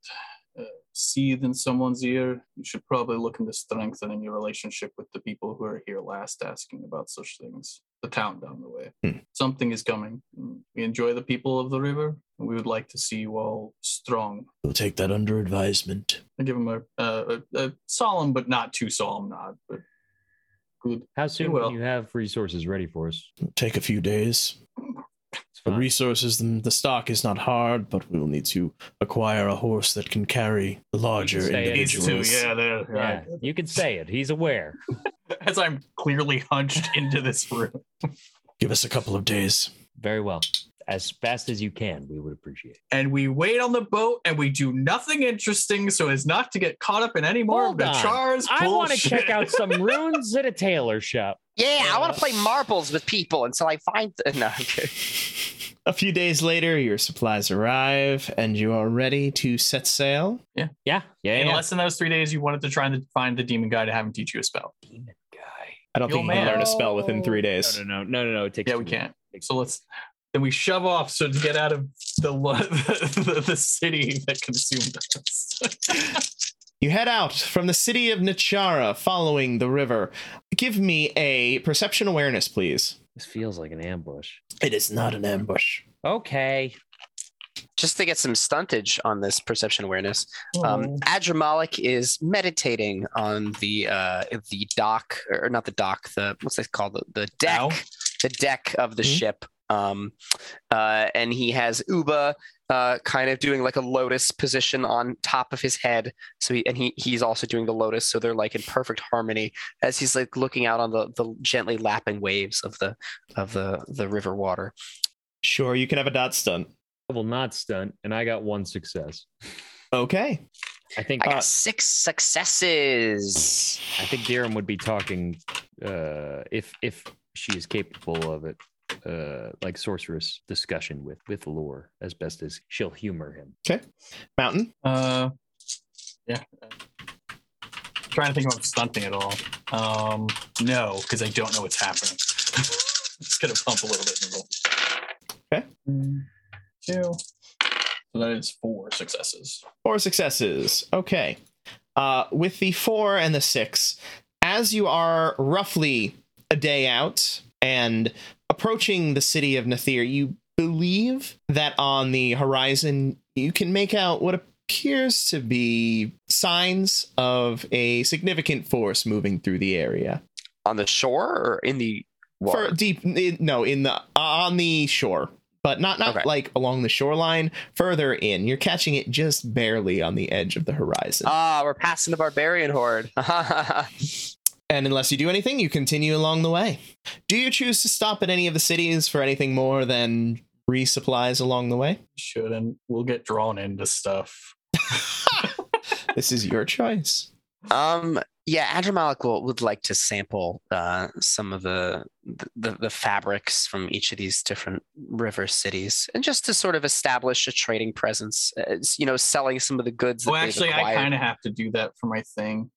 D: uh, seed in someone's ear, you should probably look into strengthening your relationship with the people who are here last, asking about such things. The town down the way,
A: Hmm.
D: something is coming. We enjoy the people of the river, and we would like to see you all strong.
E: We'll take that under advisement.
D: I give him a, uh, a, a solemn but not too solemn nod, but good.
B: How soon
D: will.
B: will you have resources ready for us?
E: It'll take a few days.
B: It's
E: The
B: fine.
E: resources, the, the stock is not hard, but we will need to acquire a horse that can carry the larger
B: say it.
D: These two,
E: individuals.
D: yeah, there.
B: yeah, you can say it. He's aware.
D: [LAUGHS] As I'm clearly hunched into this room.
E: Give us a couple of days.
B: Very well. as fast as you can. We would appreciate. it.
D: and we wait on the boat and we do nothing interesting so as not to get caught up in any more
B: Hold
D: of
B: on.
D: the Char's
B: I want to
D: bullshit.
B: check
D: [LAUGHS]
A: [LAUGHS]
B: out some runes at a tailor shop.
C: Yeah, I want
B: Yeah.
C: to play marbles with people until I find. Th- [LAUGHS] no, I'm
E: [LAUGHS]
C: kidding.
A: A few days later, your supplies arrive and you are ready to set sail.
B: Yeah, yeah,
D: In
B: yeah.
D: less than those three days, you wanted to try and find the demon guy to have him teach you a spell.
B: Demon guy.
A: I don't
D: Yo,
A: think you can
D: man.
A: learn a spell within three days.
B: No, no, no, no, no, no. It takes.
D: Yeah, we
B: two
D: can't.
B: weeks.
D: So let's then we shove off so to get out of the lo- [LAUGHS] the, the, the city that consumed us. [LAUGHS]
A: You head out from the city of Nachara following the river. Give me a perception awareness, please.
B: This feels like an ambush.
E: It is not an ambush.
B: Okay.
C: Just to get some stuntage on this perception awareness, um, Adramalik is meditating on the uh, the dock, or not the dock, the what's it called, the, the deck,
D: Bow?
C: the deck of the
A: Mhm.
C: ship. Um, uh, and he has Uba uh, kind of doing like a lotus position on top of his head. So he, and he he's also doing the lotus, so they're like in perfect harmony as he's like looking out on the the gently lapping waves of the of the the river water.
A: Sure, you can have a dot stunt.
B: I will not stunt, and I got one success.
A: Okay.
B: I think
C: I got
A: Uh,
C: six successes.
B: I think Dirham would be talking uh, if if she is capable of it, uh, like sorceress discussion with with lore as best as she'll humor him.
A: Mountain.
D: Uh, yeah. uh, trying to think about stunting at all. Um, no, because I don't know what's happening. [LAUGHS] Just gonna pump a little bit and roll.
A: Okay.
D: One, Mm, Two. So that is four successes.
A: Four successes. Okay. Uh, with the four and the six, as you are roughly a day out and approaching the city of Nathir, you believe that on the horizon you can make out what appears to be signs of a significant force moving through the area.
C: On the shore or in the water?
A: For deep, in, no, in the uh, on the shore, but not not
C: Okay.
A: like along the shoreline. Further in, you're catching it just barely on the edge of the horizon.
C: Ah, we're passing the barbarian horde. [LAUGHS]
A: And unless you do anything, you continue along the way. Do you choose to stop at any of the cities for anything more than resupplies along the way?
D: Shouldn't we'll get drawn into stuff.
A: This is your choice.
C: um, yeah, Adramalik will, would like to sample uh, some of the, the the fabrics from each of these different river cities, and just to sort of establish a trading presence. Uh, you know, selling some of the goods. That
D: Well, actually, I kind of have to do that for my thing.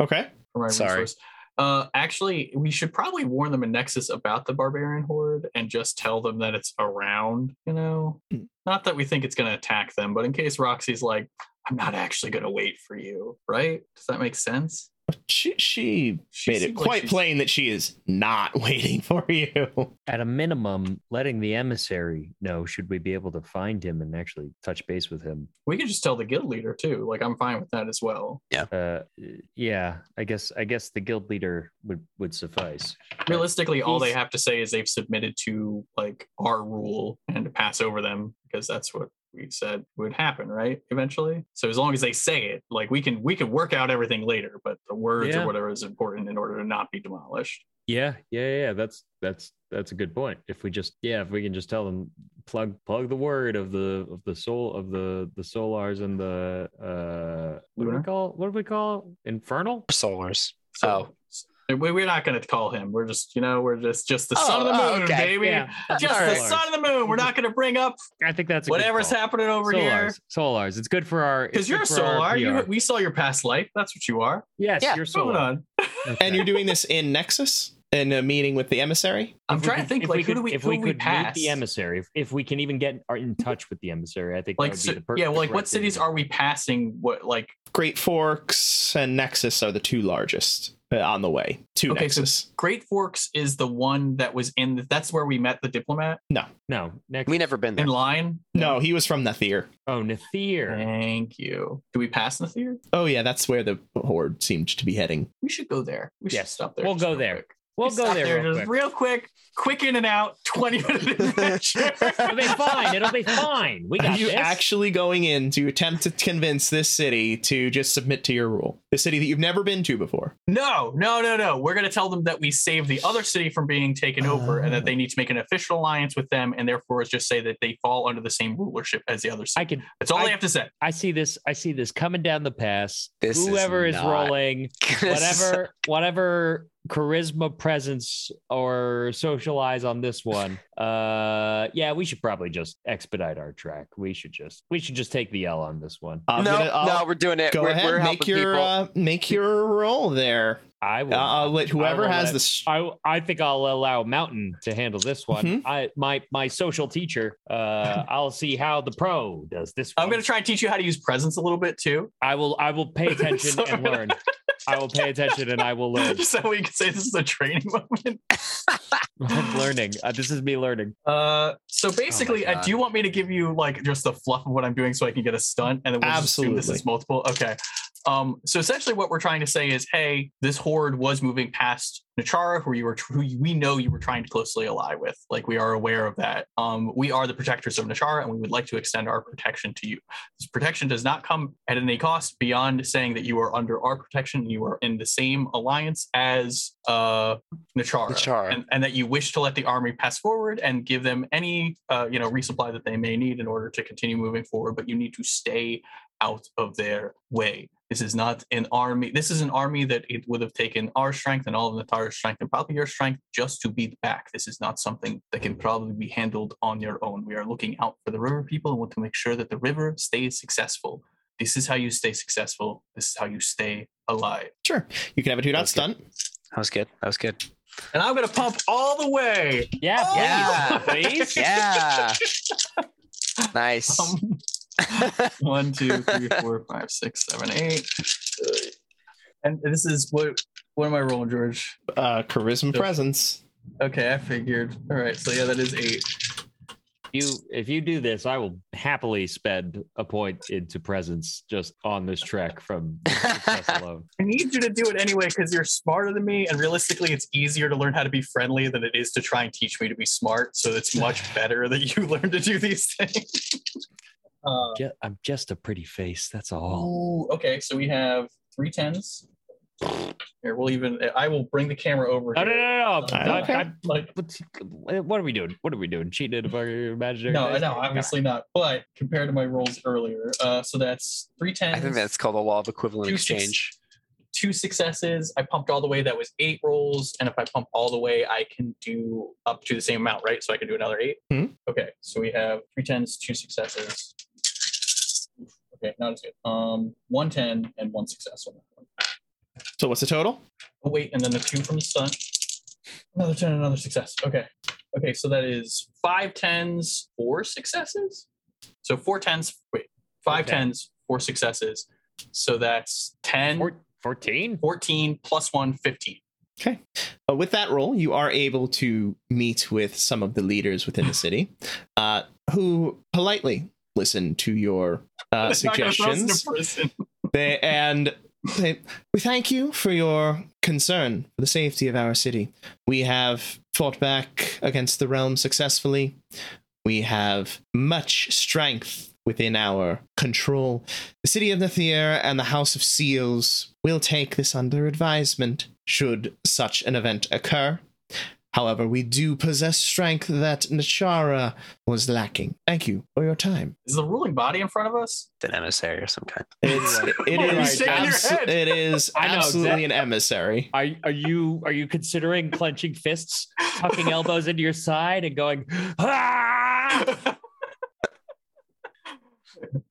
A: Okay.
D: for my
C: Sorry.
D: resource. Uh, actually, we should probably warn them in Nexus about the barbarian horde and just tell them that it's around. You know,
A: Hmm.
D: not that we think it's going to attack them, but in case Roxy's like, "I'm not actually going to wait for you," right? Does that make sense?
A: She, she
D: She
A: made it
D: seemed like
A: quite
D: she's-
A: plain that she is not [LAUGHS] waiting for you.
B: At a minimum, letting the emissary know should we be able to find him and actually touch base with him.
D: We could just tell the guild leader too. Like, I'm fine with that as well.
B: Uh, yeah, I guess I guess the guild leader would would suffice.
D: Realistically, all they
B: He's-
D: have to say is they've submitted to like our rule and to pass over them because that's what we said would happen, right? Eventually. So as long as they say it, like we can we can work out everything later, but the words
B: Yeah.
D: or whatever is important in order to not be demolished.
B: Yeah, yeah, yeah. That's that's that's a good point. If we just yeah, if we can just tell them plug plug the word of the of the soul of the the solars and the uh what do we
D: Lunar?
B: call what do we call infernal?
C: solars.
D: So oh. we, we're not going to call him. We're just, you know, we're just just the son of the
C: Oh, oh,
D: moon,
C: okay.
D: baby. Just
B: All
D: the
B: right.
D: son of the moon. We're not going to bring up
B: I think that's a good
D: whatever's
B: call.
D: happening over
B: solars,
D: here
B: Solars. It's good for our it's
D: because you're a
B: good for our
D: solar. You,
B: PR.
D: we saw your past life. That's what you are.
B: yes,
C: Yeah.
B: you're
D: Moving
B: solar.
D: on.
A: And you're doing this in Nexus in a meeting with the emissary.
D: I'm
B: If we
D: trying
B: could-
D: to think
B: if
D: like who
B: could-
D: do we
B: if
D: who
B: we
D: do
B: could
D: we pass?
B: meet the emissary if, if we can even get our, in touch with the emissary I think that
D: like
B: would
D: so-
B: be the per-
D: yeah,
B: the
D: well, like what
B: correct thing to
D: cities
B: do.
D: are we passing? What like
A: Great Forks and Nexus are the two largest uh, on the way to
D: Okay, so-
A: Nexus.
D: Great Forks is the one that was in. The, that's where we met the diplomat
B: no next
C: We never been there.
D: in line.
A: no, he was from Nathir.
B: oh Nathir
D: Thank you. Do we pass Nathir?
A: Oh yeah, that's where the horde seemed to be heading.
D: We should go there. We should
B: Yes,
D: stop there.
B: we'll
D: just
B: go
D: real
B: there.
D: quick.
B: We'll go
D: Stop
B: there, real
D: just
B: quick.
D: real quick, quick in and out, twenty
B: [LAUGHS]
D: minute adventure. [LAUGHS]
B: It'll be fine. It'll be fine. We
A: Are
B: got
A: you
B: this.
A: actually going in to attempt to convince this city to just submit to your rule? The city that you've never been to before.
D: No, no, no, no. We're going to tell them that we saved the other city from being taken over and
B: Oh.
D: that they need to make an official alliance with them and therefore just say that they fall under the same rulership as the other
B: I
D: city.
B: can.
D: That's all
B: I-
D: they have to say.
B: I see this. I see this coming down the pass.
C: This is
B: Whoever is,
C: not-
B: rolling,
C: [LAUGHS] This is-
B: whatever, whatever charisma, presence, or socialize on this one. Uh, yeah, we should probably just expedite our track. We should just, we should just take the L on this one.
A: I'm
C: no,
A: gonna- I'll-
C: no, we're doing it.
A: go
C: we're,
A: ahead,
C: we're
A: make
C: helping
A: your
C: people.
A: uh, make your roll there.
B: I will.
A: Uh, I'll let whoever
B: will
A: has
B: let-
A: the s-
B: I, I think I'll allow Mountain to handle this one.
A: Mhm.
B: I my my social teacher. [LAUGHS] Uh, I'll see how the pro does this. One.
D: I'm going to try and teach you how to use presence a little bit too.
B: I will. I will [LAUGHS] pay attention
D: So I'm
B: and
D: gonna-
B: learn. I will pay attention and I will [LAUGHS] learn.
D: [LAUGHS] so we can say this is a training [LAUGHS] moment.
B: I'm learning. Uh, this is me learning.
D: Uh, so basically, uh,
C: God.
D: do you want me to give you like just the fluff of what I'm doing so I can get a stunt and then we'll just assume this
A: Absolutely.
D: is multiple? Okay. Um, so essentially, what we're trying to say is, hey, this horde was moving past Nachara, who you were, who we know you were trying to closely ally with. Like we are aware of that. Um, we are the protectors of Nachara, and we would like to extend our protection to you. This protection does not come at any cost beyond saying that you are under our protection. and You are in the same alliance as uh, Nachara,
C: Nachara.
D: And, and that you wish to let the army pass forward and give them any uh, you know resupply that they may need in order to continue moving forward. But you need to stay out of their way. This is not an army. This is an army that it would have taken our strength and all of Natara's strength and probably your strength just to beat back. This is not something that can probably be handled on your own. We are looking out for the river people and want to make sure that the river stays successful. This is how you stay successful. This is how you stay alive.
A: Sure, you can have a two dot stunt.
C: That was good. That was good.
D: And I'm gonna pump all the way.
B: Yeah,
D: Oh!
C: Yeah.
B: please, [LAUGHS] please.
C: Yeah.
A: [LAUGHS]
C: nice.
A: Oh
D: Um, [LAUGHS] one, two, three, four, five, six, seven, eight. And this is what what am I rolling, George?
A: Uh, charisma
D: Sure.
A: presence.
D: Okay, I figured. All right, so yeah, that is eight.
B: You, if you do this, I will happily spend a point into presence just on this trek [LAUGHS] from
C: [LAUGHS]
B: success alone.
D: I need you to do it anyway because you're smarter than me, and realistically, it's easier to learn how to be friendly than it is to try and teach me to be smart.
B: [LAUGHS]
D: So it's much better that you [LAUGHS] learn to do these things. [LAUGHS] Uh,
B: Ju- I'm just a pretty face. That's all.
D: ooh, okay, so we have three tens. Here, we'll even. I will bring the camera over.
B: No, no,
D: here.
B: no, no.
A: I
B: no.
A: don't
B: I-
A: care.
B: I-
D: Like,
B: what's- what are we doing? What are we doing? Cheating at a fucking imaginary?
D: no,
B: dice?
D: no, obviously not. But compared to my rolls earlier, uh, so that's three tens.
C: I think that's called the law of equivalent
D: Two, six.
C: exchange.
D: two successes. I pumped all the way. That was eight rolls. And if I pump all the way, I can do up to the same amount, right? So I can do another 8
B: Hmm?
A: Mhm.
D: Okay. So we have three tens, two successes. Okay, not as good. Um, one ten and one success. on that one.
A: So what's the total?
D: Oh wait, and then the two from the stunt. Another ten, another success. Okay. Okay, so that is five tens, four successes. So four tens. Wait, five
B: Okay.
D: tens, four successes. So that's 10,
B: Four- 14?
D: 14 plus one, 15.
A: Uh, with that roll, you are able to meet with some of the leaders within the city, uh, who politely listen to your uh,
D: [LAUGHS] It's not gonna throw us into
A: suggestions.
D: prison.
A: They and they, we thank you for your concern for the safety of our city. We have fought back against the realm successfully. We have much strength within our control. The city of Nathir and the House of Seals will take this under advisement should such an event occur. However, we do possess strength that Nachara was lacking. Thank you for your time.
D: Is the ruling body in front of us?
C: An emissary or some kind.
A: It's it
D: [LAUGHS] You're
A: is
D: shaking your
A: abso-
D: head.
A: it is
B: I know
A: absolutely an emissary.
B: Are, are you are you considering clenching fists,
D: [LAUGHS]
B: tucking elbows into your side, and going? Ah!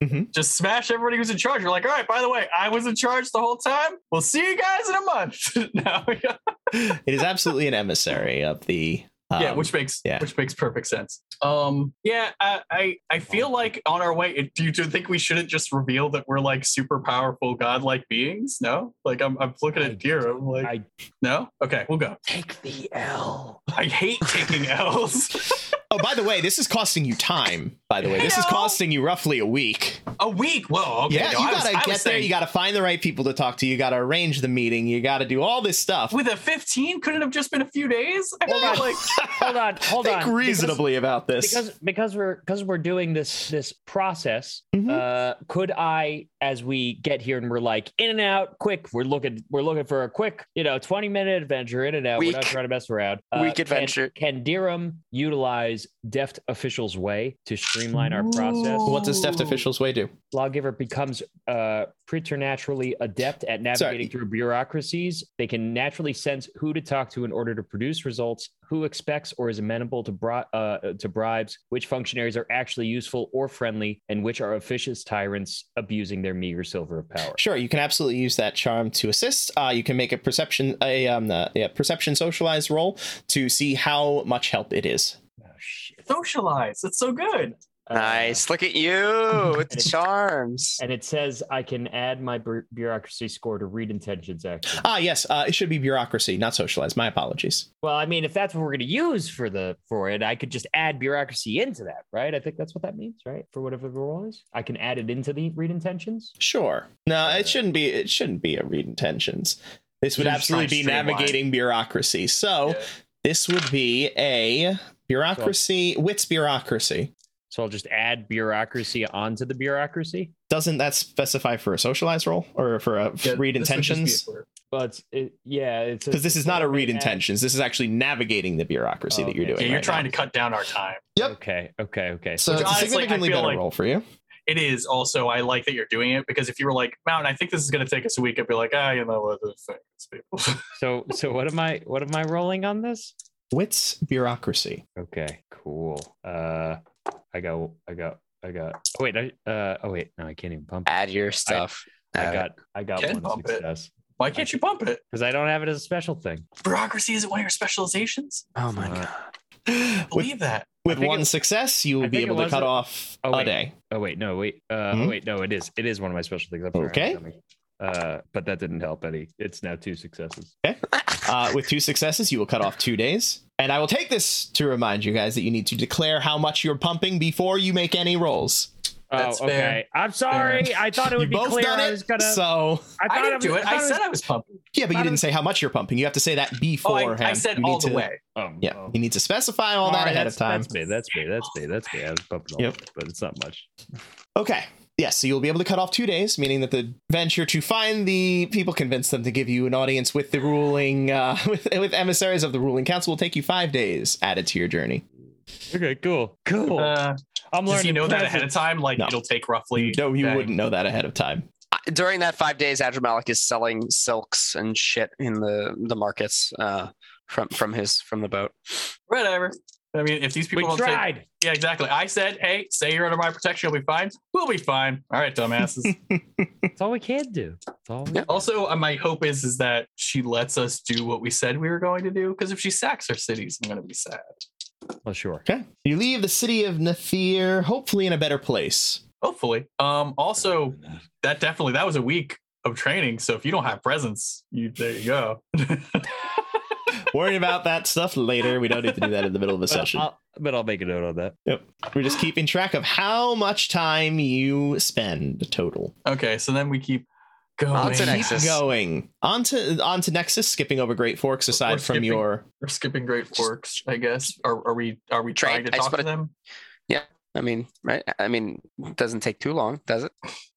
A: Mhm.
D: Just smash everybody who's in charge. You're like, all right, by the way, I was in charge the whole time. We'll see you guys in a month. [LAUGHS] now, yeah.
A: It is absolutely an emissary of the um,
D: yeah, which makes
A: yeah.
D: which makes perfect sense. Um, yeah, I I, I feel like on our way, it- do you do you think we shouldn't just reveal that we're like super powerful godlike beings? No, like I'm I'm looking
B: I-
D: at Deer. I'm like,
B: I-
D: no, okay, we'll go.
B: Take the L.
D: I hate taking L's.
A: Oh, by the way, this is costing you time. By the way, this is
D: No.
A: costing you roughly a week.
D: A week. Whoa. Okay.
A: yeah,
D: no,
A: you
D: I was-
A: gotta
D: I
A: get
D: was
A: there.
D: saying-
A: You gotta find the right people to talk to. You gotta arrange the meeting. You gotta do all this stuff.
D: with a 15 couldn't have just been a few days i feel like
A: [LAUGHS]
B: Hold on, hold
A: Think
B: on. Because-
A: reasonably about this.
B: because because we're because we're doing this this process
A: Mhm.
B: uh could i as we get here and we're like in and out quick we're looking we're looking for a quick you know 20 minute adventure in and out we're not
C: Week.
B: trying to mess around Uh,
C: Week
B: can-
C: adventure.
B: can Dirham utilize deft officials way to streamline our process
D: Ooh.
A: What does deft officials way do?
B: lawgiver becomes uh, preternaturally adept at navigating
A: Sorry.
B: through bureaucracies. They can naturally sense who to talk to in order to produce results, who expects or is amenable to, bri- uh, to bribes, which functionaries are actually useful or friendly, and which are officious tyrants abusing their meager silver of power.
A: Sure, you can absolutely use that charm to assist. Uh, you can make a perception a um, uh, yeah, perception socialized roll to see how much help it is.
B: Oh, shit.
D: socialize it's so good
B: Uh,
C: Nice. Look
B: [LAUGHS]
C: at you with the charms.
B: And it says I can add my bu- bureaucracy score to read intentions action.
A: Ah, yes, uh, it should be bureaucracy, not socialized. My apologies.
B: Well, I mean, if that's what we're going to use for the for it, I could just add bureaucracy into that, right? I think that's what that means, right? For whatever the role is, I can add it into the read intentions.
A: Sure. No,
B: Uh,
A: it shouldn't be. It shouldn't be a read intentions. This would
D: Just
A: absolutely
D: try
A: be
D: to streamline.
A: navigating bureaucracy. So
D: Yeah.
A: this would be a bureaucracy wits bureaucracy.
B: So I'll just add bureaucracy onto the bureaucracy.
A: Doesn't that specify for a socialized role or for a
D: Yeah,
A: read
D: this would just be
A: intentions?
D: for-
B: But it, yeah, it's
A: Because this is not a read
B: add-
A: intentions. This is actually navigating the bureaucracy that you're
B: Okay.
A: doing.
D: Oh, yeah, you're
A: right now.
D: trying to cut down our time
A: Yep.
B: Okay, okay, okay.
A: So
D: Which
A: it's a
D: honestly, I
A: significantly
D: feel
A: better
D: like-
A: role for you.
D: it is also i like that you're doing it because if you were like mountain i think this is going to take us a week i'd be like ah you know what this thing is, people [LAUGHS]
B: so so what am I what am I rolling on this?
A: Wits
D: [GASPS]
A: bureaucracy.
B: Okay, cool. Uh, I got I got I got. Oh wait, I, uh, oh wait, no, I can't even pump. it.
C: Add your stuff.
B: I
C: Add it.
B: got I got
D: Can
B: one
D: pump it.
B: success
D: why can't you bump it
B: because I don't have it as a special thing.
D: bureaucracy isn't one of your specializations
C: Oh my
B: Uh,
C: god.
A: With,
D: believe that
A: with
B: think
A: one
B: it-
A: success, you will
B: I
A: be
B: think it
A: able to
B: was
A: cut
B: a-
A: off
B: Oh,
A: a
B: wait.
A: day.
B: Oh wait, no, wait, uh,
A: Hmm?
B: oh, wait, no, it is, it is one of my special things. I'm sorry, I'm
A: Okay.
B: dummy. Uh, but that didn't help any. It's now two successes.
A: Uh, with two successes, you will cut off two days. And I will take this to remind you guys that you need to declare how much you're pumping before you make any rolls.
D: That's
B: oh,
D: fair.
B: okay. I'm sorry. I thought it would
A: You've
B: be
A: both
B: clear.
A: done
B: I
A: it,
B: was gonna.
A: so
B: I,
D: i
B: thought
D: didn't
B: was-
D: do it i
B: thought
D: said i was pumping
A: yeah, but you
B: Not
A: didn't
B: as-
A: say how much you're pumping. You have to say that
D: oh
A: beforehand.
D: I, I said
A: You
D: all
A: need
D: the
A: to-
D: way
B: Oh,
A: Yeah,
B: oh.
A: you need to specify all that
B: Sorry,
A: ahead of
B: that's-
A: time.
B: That's me. That's me. That's me. That's me. I was bumping all
A: Yep.
B: of it, but it's not much.
A: Okay. Yes, so you'll be able to cut off two days, meaning that the venture to find the people, convince them to give you an audience with the ruling, uh, [LAUGHS] with, with emissaries of the ruling council, will take you five days added to your journey.
B: Okay, cool, cool.
D: uh,
B: I'm learning.
D: does he know that ahead of time like
A: No.
D: it'll take roughly
A: No, you
D: Dang.
A: wouldn't know that ahead of time.
C: During that five days, Adramalik is selling silks and shit in the the markets uh, from from his from the boat.
D: whatever i mean if these people
B: We
D: don't take
B: tried.
D: Yeah, exactly. I said, hey, say you're under my protection, you'll be fine. We'll be fine. All right, dumbasses.
B: That's all we can do. That's all. We
C: Yeah.
D: also, uh, my hope is is that she lets us do what we said we were going to do. Because if she sacks our cities, I'm going to be sad.
B: Well, sure.
A: Okay. You leave the city of Nathir, hopefully in a better place.
D: Hopefully. Um. Also, that definitely that was a week of training. So if you don't have presents, you there you go. [LAUGHS]
A: Worry about that stuff later. We don't need to do that in the middle of a
B: But
A: session.
B: I'll, but I'll make a note on that.
A: We're just keeping track of how much time you spend total.
D: okay. So then we keep going.
C: On to
A: Keep
C: next. Nexus.
A: going. On to, on to Nexus, skipping over Great Forks aside from
D: skipping-
A: your.
D: We're skipping Great Forks, I guess. Are, are we? Are we trying
C: Trade.
D: to
C: I just
D: talk to
C: wanna-
D: them?
C: I mean, right? I mean, it doesn't take too long, does it?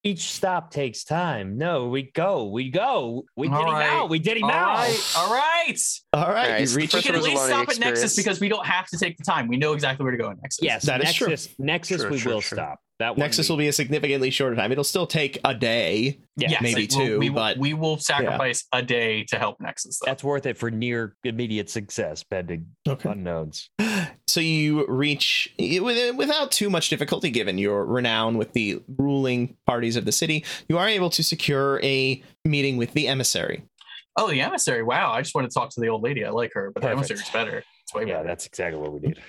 B: Each stop takes time. No, we go. We go. We did
D: All
B: it
D: right.
B: now. We did it
D: All
B: now.
D: right. All right.
A: All right,
C: All right,
A: you
C: so the
A: reach
D: We
C: first
D: can
C: one
D: at
C: was a learning
D: least stop at Nexus
C: experience.
D: because we don't have to take the time. We know exactly where to go in Nexus.
B: Yes,
A: That is true.
B: Nexus. Nexus,
C: Sure,
B: we
C: sure,
B: will
C: sure.
B: stop. That one
A: Nexus
B: we-
A: will be a significantly shorter time. It'll still take a day.
B: Yeah,
D: Yes,
A: maybe
D: like, we'll-
A: two,
D: We, will-
A: but-
D: we will sacrifice a day to help Nexus. Though.
B: that's worth it for near immediate
A: [LAUGHS]
B: success, pending
A: Okay.
B: unknowns.
A: So you reach it- with- without too much difficulty, given your renown with the ruling parties of the city. You are able to secure a meeting with the emissary.
D: Oh, the emissary! Wow, I just want to talk to the old lady. I like her, but
B: Perfect.
D: the emissary's better. It's way
B: Yeah,
D: better.
B: that's exactly what we need.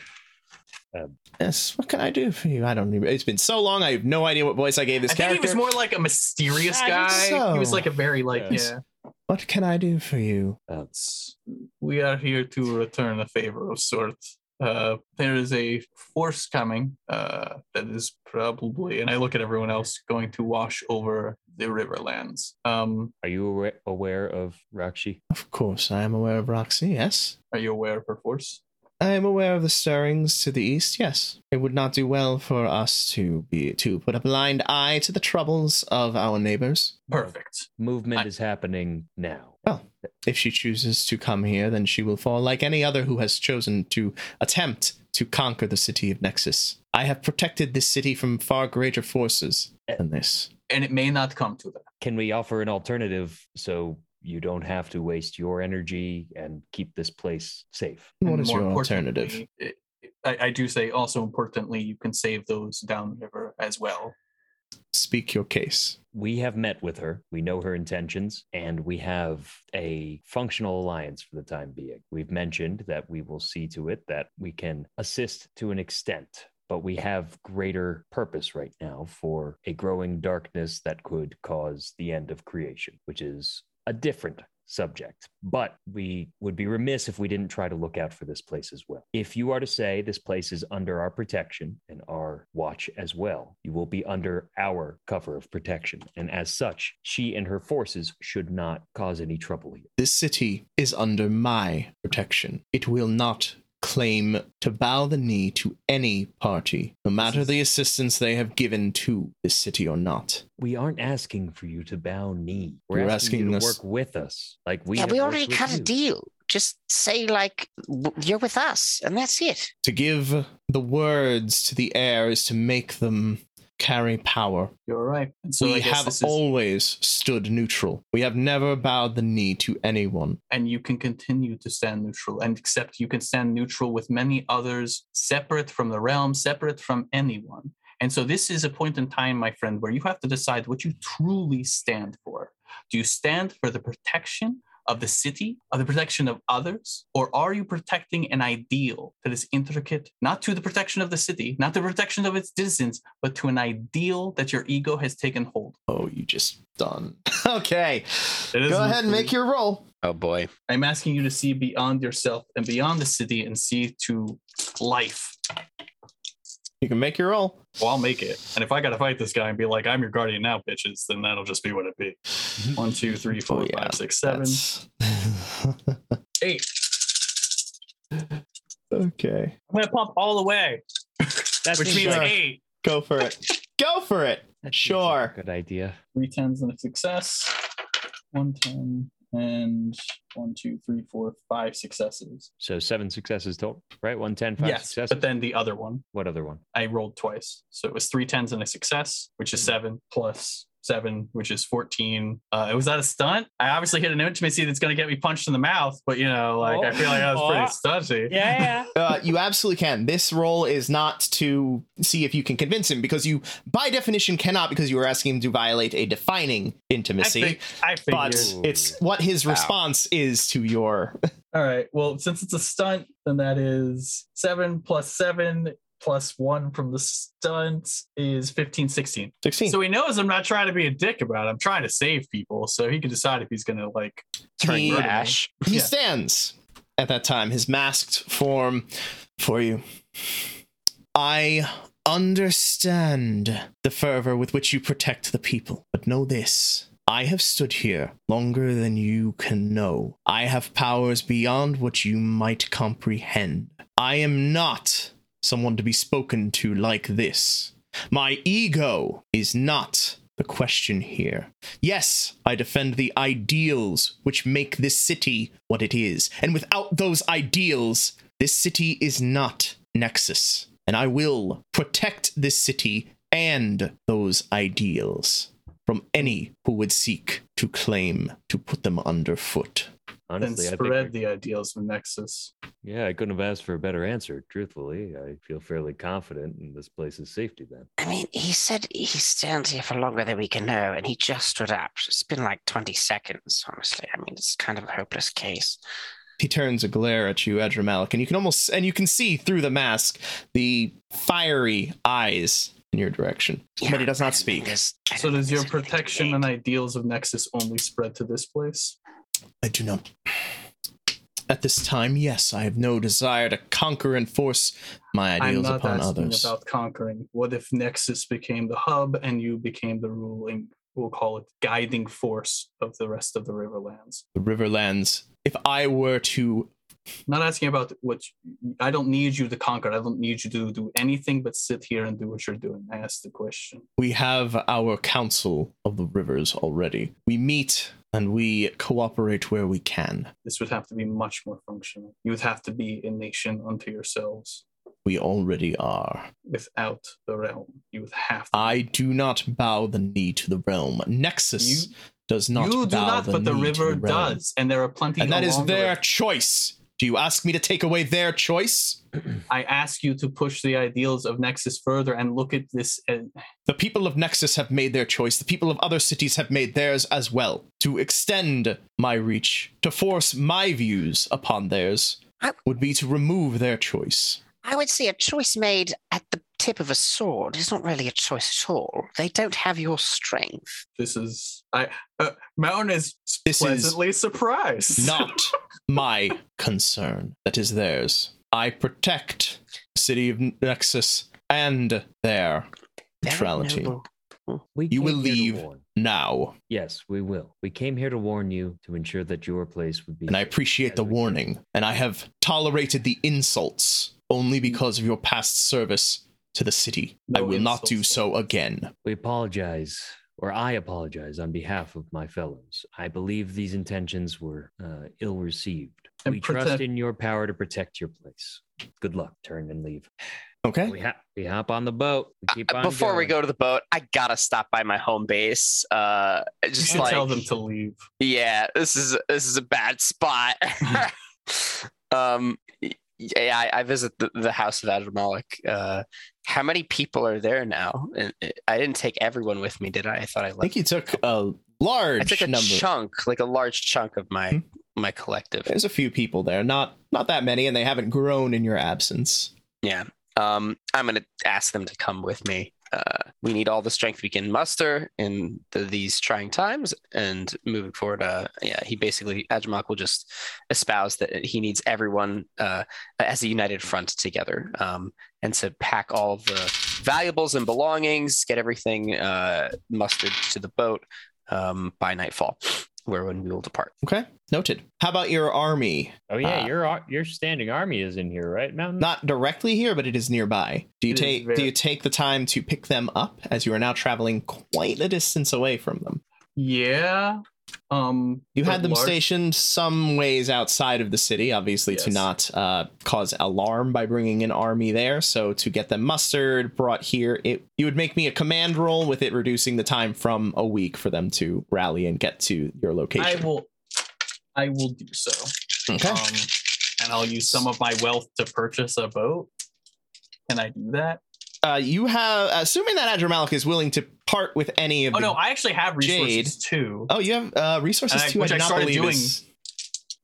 A: Yes. What can I do for you? I don't. Even, it's been so long. I have no idea what voice I gave this
D: I think
A: character.
D: he was more like a mysterious
B: I
D: guy.
A: think so.
D: He was like a very like
B: Yes.
D: yeah.
A: what can I do for you?
B: Um,
D: We are here to return a favor of sort. Uh, there is a force coming uh, that is probably, and I look at everyone else, going to wash over the riverlands. Um,
B: Are you awa- aware of Rakshi?
A: Of course, I am aware of Roxy, yes.
D: are you aware of her force?
A: I am aware of the stirrings to the east, yes. It would not do well for us to be to put a blind eye to the troubles of our neighbors.
D: Perfect.
B: Movement
D: I-
B: is happening now.
A: If she chooses to come here, then she will fall like any other who has chosen to attempt to conquer the city of Nexus. I have protected this city from far greater forces than this.
D: And it may not come to that.
B: Can we offer an alternative so you don't have to waste your energy and keep this place safe?
A: What
D: And
A: is
D: more
A: your alternative?
D: importantly, it- I, I do say also importantly, you can save those downriver as well.
A: Speak your case.
B: We have met with her. We know her intentions, and we have a functional alliance for the time being. We've mentioned that we will see to it that we can assist to an extent, but we have greater purpose right now for a growing darkness that could cause the end of creation, which is a different subject. But we would be remiss if we didn't try to look out for this place as well. If you are to say this place is under our protection and our watch as well, you will be under our cover of protection. And as such, she and her forces should not cause any trouble here.
A: This city is under my protection. It will not claim to bow the knee to any party, no matter the assistance they have given to this city or not.
B: We aren't asking for you to bow knee. We're
A: You're
B: asking, you
A: asking
B: to
A: us-
B: work with us. Like we
E: yeah,
B: have
E: we
B: worked
E: already
B: with
E: cut a
B: you.
E: deal. Just say like w- you're with us, and that's it.
A: To give the words to the air is to make them carry power.
D: You're right. And so I
A: we
D: guess
A: have
D: this is,
A: always stood neutral. We have never bowed the knee to anyone.
D: and you can continue to stand neutral and except you can stand neutral with many others separate from the realm separate from anyone and so this is a point in time my friend where you have to decide what you truly stand for do you stand for the protection of the city of the protection of others or are you protecting an ideal that is intricate not to the protection of the city not the protection of its citizens but to an ideal that your ego has taken hold
A: Oh, you just done. [LAUGHS] okay.
D: It is
A: Go ahead and
D: literally-
A: make your roll.
E: Oh boy.
D: I'm asking you to see beyond yourself and beyond the city and see to life.
A: You can make your roll.
D: Well, I'll make it. And if I got to fight this guy and be like, I'm your guardian now, bitches, then that'll just be what
A: [LAUGHS]
D: it be. One, two, three,
A: Oh,
D: four,
A: yeah.
D: five, six, seven,
A: That's-
D: eight.
A: [LAUGHS] okay.
D: I'm going to pump all the way,
B: That
D: which
B: seems
D: means
B: like-
D: eight.
A: Go for it. Go for it.
B: that seems like
A: sure.
B: a Good idea.
D: Three tens and a success. One ten and one, two, three, four, five successes.
B: So seven successes total, right? One ten, five
D: yes,
B: successes.
D: but then the other one,
B: what other one?
D: I rolled twice. So it was three tens and a success, which is seven plus seven, which is 14. Uh, it was that a stunt? I obviously hit an intimacy that's going to get me punched in the mouth, but you know, like I feel like that was pretty stunty.
B: Yeah.
A: Uh, you absolutely can. This roll is not to see if you can convince him because you, by definition, cannot because you were asking him to violate a defining
D: I,
A: intimacy.
D: think, I
A: but
D: figured.
B: Ooh.
A: it's what his
E: Wow.
A: response is to your. [LAUGHS]
D: All right. Well, since it's a stunt, then that is seven plus seven plus one from the stunt is 15, 16.
A: 16.
D: So he knows I'm not trying to be a dick about it. I'm trying to save people. So he can decide if he's going to like
E: Turn
A: He-
E: to ash.
A: he
D: yeah.
A: stands at that time, his masked form for you. I understand the fervor with which you protect the people, but know this. I have stood here longer than you can know. I have powers beyond what you might comprehend. I am not someone to be spoken to like this. My ego is not the question here. Yes, I defend the ideals which make this city what it is. And without those ideals, this city is not Nexus. And I will protect this city and those ideals from any who would seek to claim to put them underfoot.
D: and
B: Honestly, I think
D: spread the ideals of Nexus.
B: Yeah, I couldn't have asked for a better answer. Truthfully, I feel fairly confident in this place's safety. Then
E: I mean, he said he stands here for longer than we can know, and he just stood up. It's been like 20 seconds, honestly. I mean, it's kind of a hopeless case.
A: He turns a glare at you, Adramalik, and you can almost and you can see through the mask the fiery eyes in your direction. but he does not speak.
D: So does your protection and ideals of Nexus only spread to this place?
A: I do not. At this time, yes, I have no desire to conquer and force my
D: I'm
A: ideals
D: not
A: upon
D: asking
A: others.
D: about conquering. What if Nexus became the hub and you became the ruling, we'll call it guiding force of the rest of the Riverlands?
A: the Riverlands. If I were to,
D: Not asking about what you- I don't need you to conquer. I don't need you to do anything but sit here and do what you're doing. I asked the question.
A: we have our Council of the Rivers already. We meet and we cooperate where we can.
D: This would have to be much more functional. You would have to be a nation unto yourselves
A: We already are.
D: without the realm. You would have to.
A: I do not bow the knee to the realm. Nexus
D: You-
A: does not.
D: you do
A: bow
D: not,
A: the
D: but the
A: knee to
D: river
A: the realm.
D: does, and there are plenty.
A: and that is
D: along the
A: their
D: river.
A: choice. Do you ask me to take away their choice?
D: I ask you to push the ideals of Nexus further and look at this uh,
A: The people of Nexus have made their choice. The people of other cities have made theirs as well. To extend my reach, to force my views upon theirs,
C: I-
A: would be to remove their choice.
C: I would say a choice made at the tip of a sword is not really a choice at all. They don't have your strength.
D: this is I uh, Mountain is
A: This is
D: pleasantly surprised.
C: [LAUGHS]
A: not my concern. That is theirs. I protect the city of Nexus and their
C: Very
A: neutrality.
C: noble.
B: We
A: You
B: came
A: will
B: here to
A: leave.
B: warn.
A: Now,
B: Yes, we will. We came here to warn you to ensure that your place would be.
A: and I appreciate the warning, and I have tolerated the insults only because of your past service to the city. I
D: No
A: will not do
D: insults.
A: so again.
B: We apologize, or I apologize on behalf of my fellows. I believe these intentions were uh, ill received.
D: And
B: we trust
D: protect-
B: in your power to protect your place. Good luck. Turn and leave.
A: Okay. Uh,
B: We, ha- we hop on the boat. We keep on
C: Before we
B: going.
C: go to the boat, I gotta stop by my home base. Uh,
D: [LAUGHS] You
C: just
D: should
C: like
D: tell them to leave.
C: yeah, this is this is a bad spot. [LAUGHS] um, y- yeah, I, I visit the, the house of Adramalik. Uh, how many people are there now? And it- I didn't take everyone with me, did I? I thought I
A: I think
C: left.
A: you took a
C: I
A: large
C: took a
A: number.
C: chunk, like a large chunk of my
A: Hmm.
C: my collective.
A: There's a few people there, not not that many, and they haven't grown in your absence.
C: Yeah. Um, I'm going to ask them to come with me. Uh, we need all the strength we can muster in the, these trying times. And moving forward, uh, yeah, he basically, Adramak will just espouse that he needs everyone uh, as a united front together um, and to pack all of the valuables and belongings, get everything uh, mustered to the boat um, by nightfall, where when we will depart.
A: Okay, noted. How about your army?
B: Oh yeah,
A: Uh,
B: your ar- your standing army is in here, right, Mountain?
A: Not directly here, but it is nearby. Do you
D: It is
A: take
D: very-
A: do you take the time to pick them up as you are now traveling quite a distance away from them?
D: Yeah. Um
A: You
D: but
A: had them
D: large-
A: stationed some ways outside of the city, obviously to
D: Yes.
A: not uh, cause alarm by bringing an army there. So to get them mustered, brought here, it you would make me a command roll with it reducing the time from a week for them to rally and get to your
D: I
A: location.
D: will I will do so.
A: Okay.
D: Um and I'll use some of my wealth to purchase a boat. Can I do that?
A: Uh, you have assuming that Adramalik is willing to part with any of
D: Oh
A: the
D: no, I actually have resources
A: Jade.
D: too.
A: Oh, you have uh, resources
D: And I-
A: too.
D: which
A: I
D: I
A: did not
D: started
A: believe
D: doing.
A: is-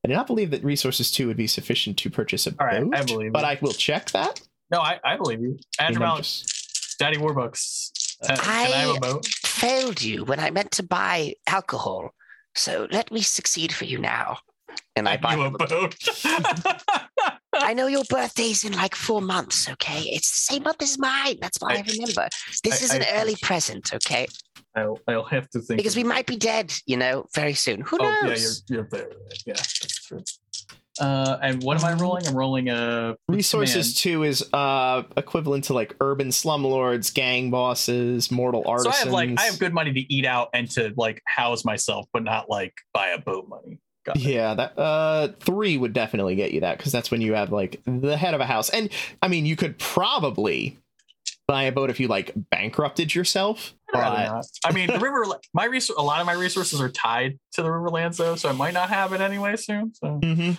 A: I did not believe that resources two would be sufficient to purchase a
D: All right,
A: boat.
D: I believe
A: but
D: it.
A: I will check that.
D: No, I, I believe you.
A: And I'm
D: Andrew Malik,
A: just-
D: Daddy Warbucks. Uh, can I have
C: I-
D: a boat?
C: failed you when I meant to buy alcohol. So let me succeed for
B: [LAUGHS]
C: you now. And I
D: I
C: buy.
D: you a
C: him a-
D: boat. [LAUGHS]
C: I know your birthday's in like four months, okay? It's the same month as mine. That's what I,
D: I-
C: remember. This
D: I-
C: is an
D: I-
C: early present, okay?
D: I'll, I'll have to think.
C: Because we
D: of-
C: might be dead, you know, very soon. Who
D: Oh yeah,
C: knows?
D: you're you're very right. Yeah, that's true. Uh, and what am I rolling? I'm rolling a
A: Resources two is uh, equivalent to like urban slumlords, gang bosses, mortal
D: command. So
A: artisans.
D: I have like I have good money to eat out and to like house myself, but not like buy a boat money. Got it.
A: Yeah, that uh three would definitely get you that because that's when you have like the head of a house, and I mean you could probably buy a boat if you like bankrupted yourself.
D: I'd rather
A: but-
D: not. I mean, the river. My resor- a lot of my resources are tied to the Riverlands, though, so I might not have it anyway soon. So
A: Mhm.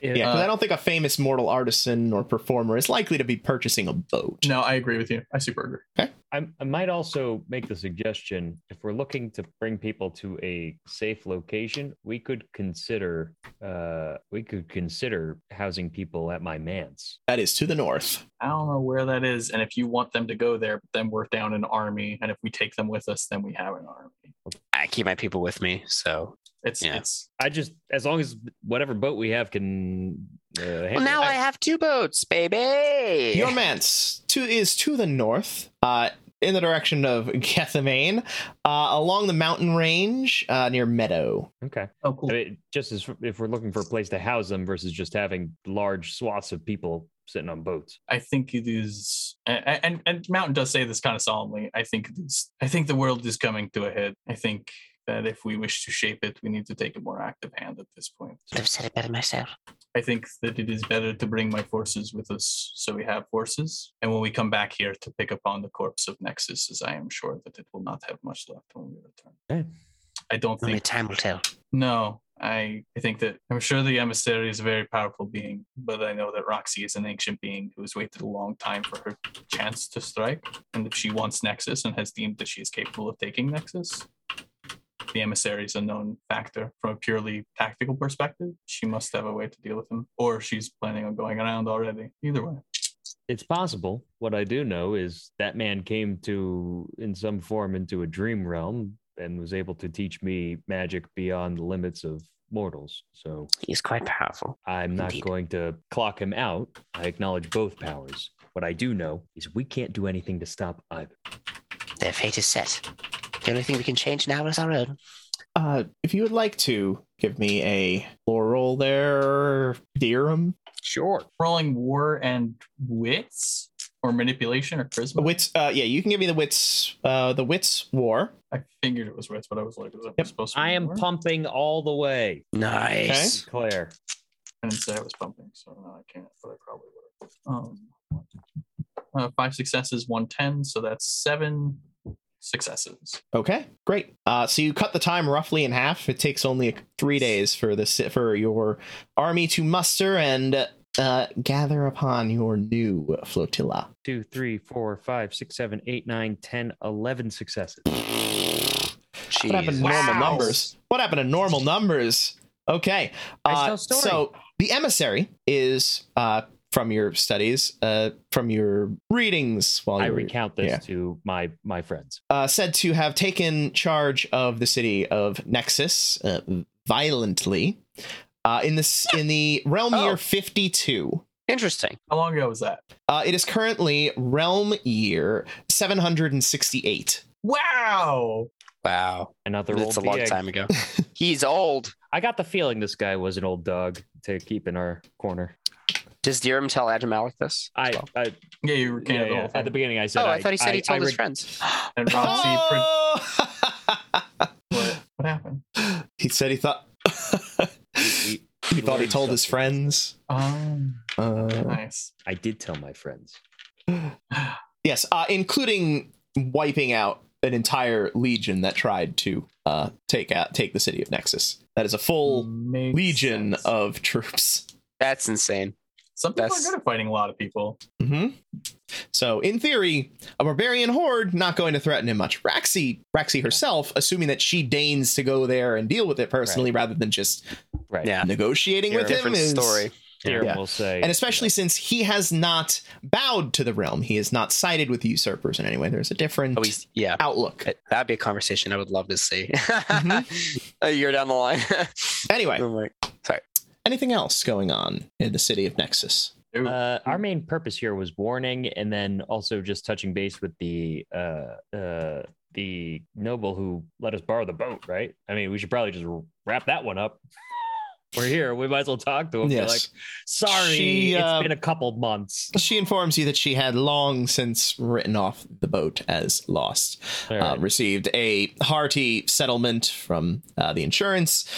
B: Yeah,
A: Yeah,
D: uh,
A: because I don't think a famous mortal artisan or performer is likely to be purchasing a boat.
D: no, I agree with you. I super agree.
B: I, I might also make the suggestion if we're looking to bring people to a safe location, we could consider uh, we could consider housing people at my manse.
A: That is to the north.
D: I don't know where that is, and if you want them to go there, but then we're down an army, and if we take them with us, then we have an army.
C: I keep my people with me, so
D: It's
C: Yeah.
D: it's
B: I just as long as whatever boat we have can. Uh, handle
C: Well,
B: it.
C: now I have two boats, baby.
A: Your manse to is to the north, uh, in the direction of [LAUGHS] Gethsemane, uh, along the mountain range uh, near Meadow.
B: Okay.
D: oh cool.
B: I mean, just as if we're looking for a place to house them versus just having large swaths of people sitting on boats.
D: I think it is, and, and and Mountain does say this kind of solemnly. I think it is. I think the world is coming to a head. I think that if we wish to shape it, we need to take a more active hand at this point.
C: Could have said it better myself.
D: I think that it is better to bring my forces with us, so we have forces, and when we come back here to pick upon the corpse of Nexus, as I am sure that it will not have much left when we return.
B: Okay.
D: I don't
C: Only
D: think.
C: time will tell.
D: No, I, I think that I'm sure the emissary is a very powerful being, but I know that Roxy is an ancient being who has waited a long time for her chance to strike, and if she wants Nexus and has deemed that she is capable of taking Nexus, the emissary is a known factor from a purely tactical perspective. She must have a way to deal with him, or she's planning on going around already. Either way,
B: It's possible. What I do know is that man came to, in some form, into a dream realm and was able to teach me magic beyond the limits of mortals. So
C: He's quite powerful.
B: I'm not
C: Indeed.
B: going to clock him out. I acknowledge both powers. What I do know is we can't do anything to stop either.
C: Their fate is set. The only thing we can change now is our own.
A: Uh, if you would like to give me a lore roll there, Deerum.
B: Sure.
D: rolling war and wits, or manipulation, or charisma.
A: Wits. Uh, yeah, you can give me the wits. Uh, the wits war.
D: I figured it was wits, but I was like, is it
A: Yep.
D: supposed to? Be
B: I am
D: war?
B: pumping all the way.
C: Nice.
B: Claire.
D: I didn't say I was pumping, so no, I can't, but I probably would. Um, uh, five successes, one ten, so that's seven successes.
A: Okay, great. Uh, so you cut the time roughly in half. It takes only three days for the si- for your army to muster and uh, gather upon your new flotilla.
B: Two, three, four, five, six, seven, eight, nine, ten, eleven successes.
A: What happened to normal
C: Wow.
A: numbers? What happened to normal numbers? Okay.
B: I
A: Uh,
B: still story.
A: so the emissary is uh, from your studies, uh, from your readings while
B: I
A: you were
B: recount this
A: yeah.
B: to my my friends.
A: uh, said to have taken charge of the city of Nexus uh, violently uh, in this in the realm
C: Oh.
A: year 52.
C: Interesting.
D: How long ago was that?
A: Uh, it is currently realm year 768.
D: Wow!
C: Wow.
B: Another
C: That's a
B: old
C: long
B: BX. [LAUGHS]
C: time ago. He's old.
B: I got the feeling this guy was an old dog to keep in our corner.
C: Does Dirham tell Adramalik this?
B: I,
C: Well.
B: I
D: Yeah, you
B: yeah,
D: recanted
B: yeah.
D: the whole
B: at the
D: thing.
B: beginning I said
C: Oh, I, thought he said he told
B: I
C: his
B: re-
C: friends.
D: And
B: [LAUGHS]
D: Roxy, prin-
A: Oh!
D: what, what happened?
A: [LAUGHS] he said he thought he
B: we-
A: thought he
B: learned
A: told his
B: something.
A: friends.
D: Um,
A: Uh,
D: nice.
B: I did tell my friends.
A: yes, uh, including wiping out an entire legion that tried to uh, take out take the city of Nexus. That is a full
C: Mm,
D: Makes
A: legion
D: sense.
A: of troops.
C: That's insane.
D: Some people
C: that's-
D: are good at fighting a lot of people.
A: hmm So, in theory, a barbarian horde not going to threaten him much. Raxi, Raxi herself, assuming that she deigns to go there and deal with it personally rather than just
B: Right.
C: Yeah.
A: negotiating with him,
C: different
A: is,
C: story.
B: Here
A: Yeah.
B: we'll say
A: and especially since he has not bowed to the realm, he has not sided with usurpers in any way. There's a different
C: Oh, he's, yeah.
A: outlook.
C: That'd be a conversation I would love to see.
A: Mhm.
C: [LAUGHS] a year down
B: [LAUGHS]
C: the line.
A: Anyway,
C: I'm [LAUGHS] like,
A: anything else going on in the city of Nexus?
D: Ooh,
B: Uh, our main purpose here was warning, and then also just touching base with the uh, uh, the noble who let us borrow the boat. Right? I mean, we should probably just wrap that one up. [LAUGHS] We're here. We might as well talk to him. Be
A: Yes.
B: Like, sorry,
A: She, uh,
B: it's been a couple months.
A: She informs you that she had long since written off the boat as lost. uh, received a hearty settlement from uh, the insurance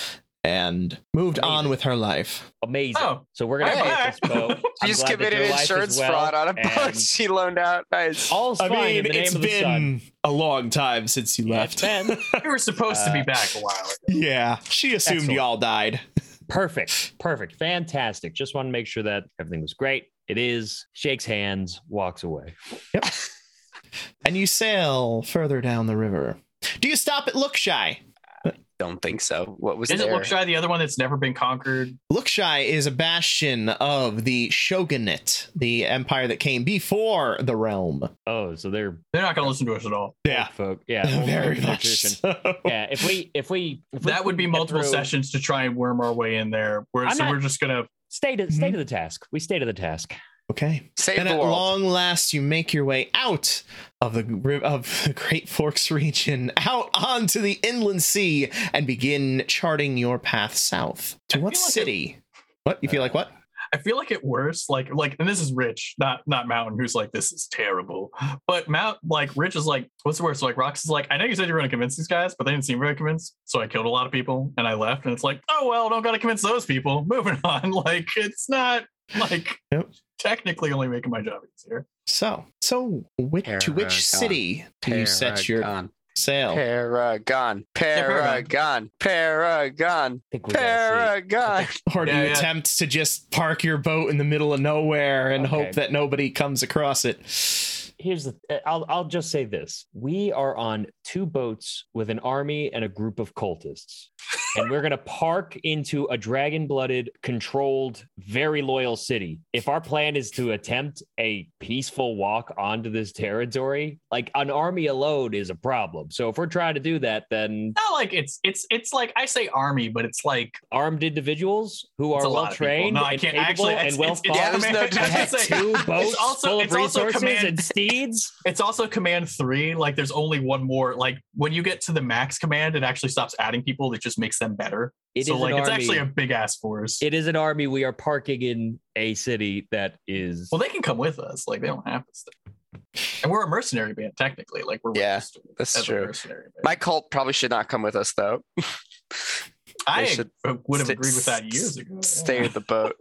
A: and moved on
B: Amazing.
A: with her life.
B: Amazing.
D: Oh,
B: So we're gonna
D: all
B: get
D: right.
B: this
C: [LAUGHS]
B: boat.
C: she
B: I'm
C: just
B: glad that
C: committed
B: your life is
C: insurance
B: well,
C: fraud on a boat [LAUGHS]
B: and
C: she loaned out.
B: [LAUGHS]
C: Nice.
B: All's fine in the name
A: it's
B: of the sun.
A: been a long time since you
B: Yeah,
A: left.
B: it's been
D: we were supposed to be
B: uh,
D: back a while ago.
A: [LAUGHS] yeah, she assumed
B: Excellent.
A: y'all died.
B: Perfect. Perfect. Fantastic. Just want to make sure that everything was great. It is. Shakes hands, walks away.
A: And you sail further down the river. Do you stop at Lookshy?
C: don't think so. What was
D: Isn't
C: there?
D: Lookshy the other one that's never been conquered?
A: Lookshy is a bastion of the shogunate, the empire that came before the realm.
B: Oh, so they're
D: They're not going to listen to us at all.
A: [LAUGHS] Yeah,
B: folk.
D: [LAUGHS]
B: Yeah, old
A: very
B: folk
A: much.
B: nutrition.
A: so.
B: Yeah, if we if we if we
D: That would be
B: get
D: multiple
B: through-
D: sessions to try and worm our way in there. We're,
B: I'm
D: so
B: not-
D: we're just gonna.
B: Stay to
D: Mm-hmm.
B: stay to the task. We stay to the task.
A: Okay.
C: Save
A: and
C: the
A: at
C: world.
A: long last, you make your way out of the ri- of the Great Forks region, out onto the inland sea, and begin charting your path south to
D: I
A: what
D: feel like it-
A: city? what you feel like? What?
D: I feel like at worst, like like, and this is Rich, not not Mountain, who's like, this is terrible. But Mount, like, Rich is like, what's the worst? Like, Rox is like, I know you said you were going to convince these guys, but they didn't seem very convinced, so I killed a lot of people and I left. And it's like, oh well, don't got to convince those people. [LAUGHS] Moving on. Like, it's not like
A: Yep.
D: technically only making my job easier.
A: So, so which, to
C: Paragon.
A: which city do you set your
C: Paragon.
A: sail?
C: Paragon.
D: Paragon.
C: Paragon. Paragon.
B: I think we gotta
C: Paragon.
A: Or do
D: Yeah,
A: you
D: yeah.
A: attempt to just park your boat in the middle of nowhere and
B: Okay.
A: hope that nobody comes across it?
B: see. Here's the. uh, I'll I'll just say this. We are on two boats with an army and a group of cultists, and we're gonna park into a dragon-blooded, controlled, very loyal city. If our plan is to attempt a peaceful walk onto this territory, like an army alone is a problem. So if we're trying to do that, then
D: Not like it's it's it's like I say army, but it's like
B: armed individuals who
D: It's
B: are
D: a lot
B: well
D: of people.
B: trained
D: No, I
B: and
D: can't-
B: capable
D: actually, it's-
B: and well
D: it's-
C: Yeah,
B: thought
C: there's no
B: [LAUGHS] out.
D: [LAUGHS]
C: doubt.
B: Had two boats
D: It's also-
B: full of
D: it's also
B: resources
D: command-
B: and steeds.
D: It's also command three. Like there's only one more. Like when you get to the max command, it actually stops adding people. It just makes them better.
B: It is
D: so like
B: an
D: it's
B: army.
D: actually a big ass force.
B: it is an army. We are parking in a city that is
D: well, they can come with us. Like they don't have to. stay. And we're a mercenary band technically. Like we're
C: Yeah,
D: registered
C: that's
D: as a
C: true.
D: mercenary band.
C: My cult probably should not come with us though.
D: I
C: they should
D: uh, would have
C: st-
D: agreed with that
C: st-
D: years ago.
C: Stay
D: Yeah.
C: with the boat.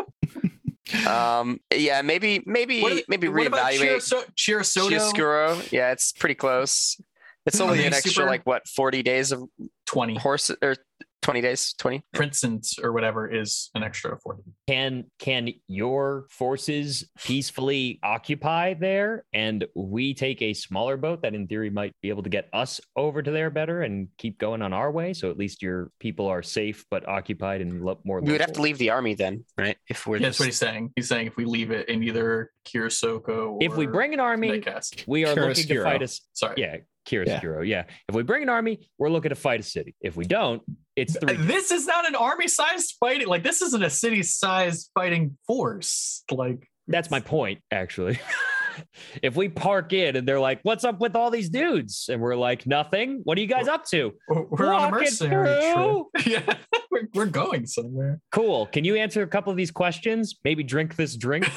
C: um. Yeah. Maybe. Maybe.
D: What-
C: maybe
D: what about
C: reevaluate.
D: Chiriso- Chirisoto?
C: Chiaroscuro. Yeah, it's pretty close. It's
D: Are
C: only
D: they
C: an extra
D: super-
C: like what forty days of
D: Twenty.
C: horses or twenty days, twenty.
D: Princeton or whatever is an extra forty.
B: can can your forces peacefully occupy there and we take a smaller boat that in theory might be able to get us over to there better and keep going on our way so at least your people are safe but occupied and lo- more
C: We would have to
B: local.
C: leave the army then, right? If we're
D: Yeah, that's
C: just
D: what he's saying. He's saying if we leave it in either Kirisoko or
B: if we bring an army
D: Metcalf.
B: we are looking to
A: Chiaroscuro.
B: fight us
D: Sorry.
B: Yeah, Chiaroscuro. Yeah. If we bring an army, we're looking to fight a city. If we don't, it's three.
D: This is not an army-sized fighting. Like this isn't a city-sized fighting force. Like
B: That's my point, actually. [LAUGHS] if we park in and they're like, "What's up with all these dudes?" and we're like, "Nothing. What are you guys up to?"
D: we're we're on a
B: Walking
D: mercenary
B: through.
D: trip. [LAUGHS] Yeah, we're, we're going somewhere.
B: Cool. Can you answer a couple of these questions? Maybe drink this
D: [LAUGHS]
B: drink.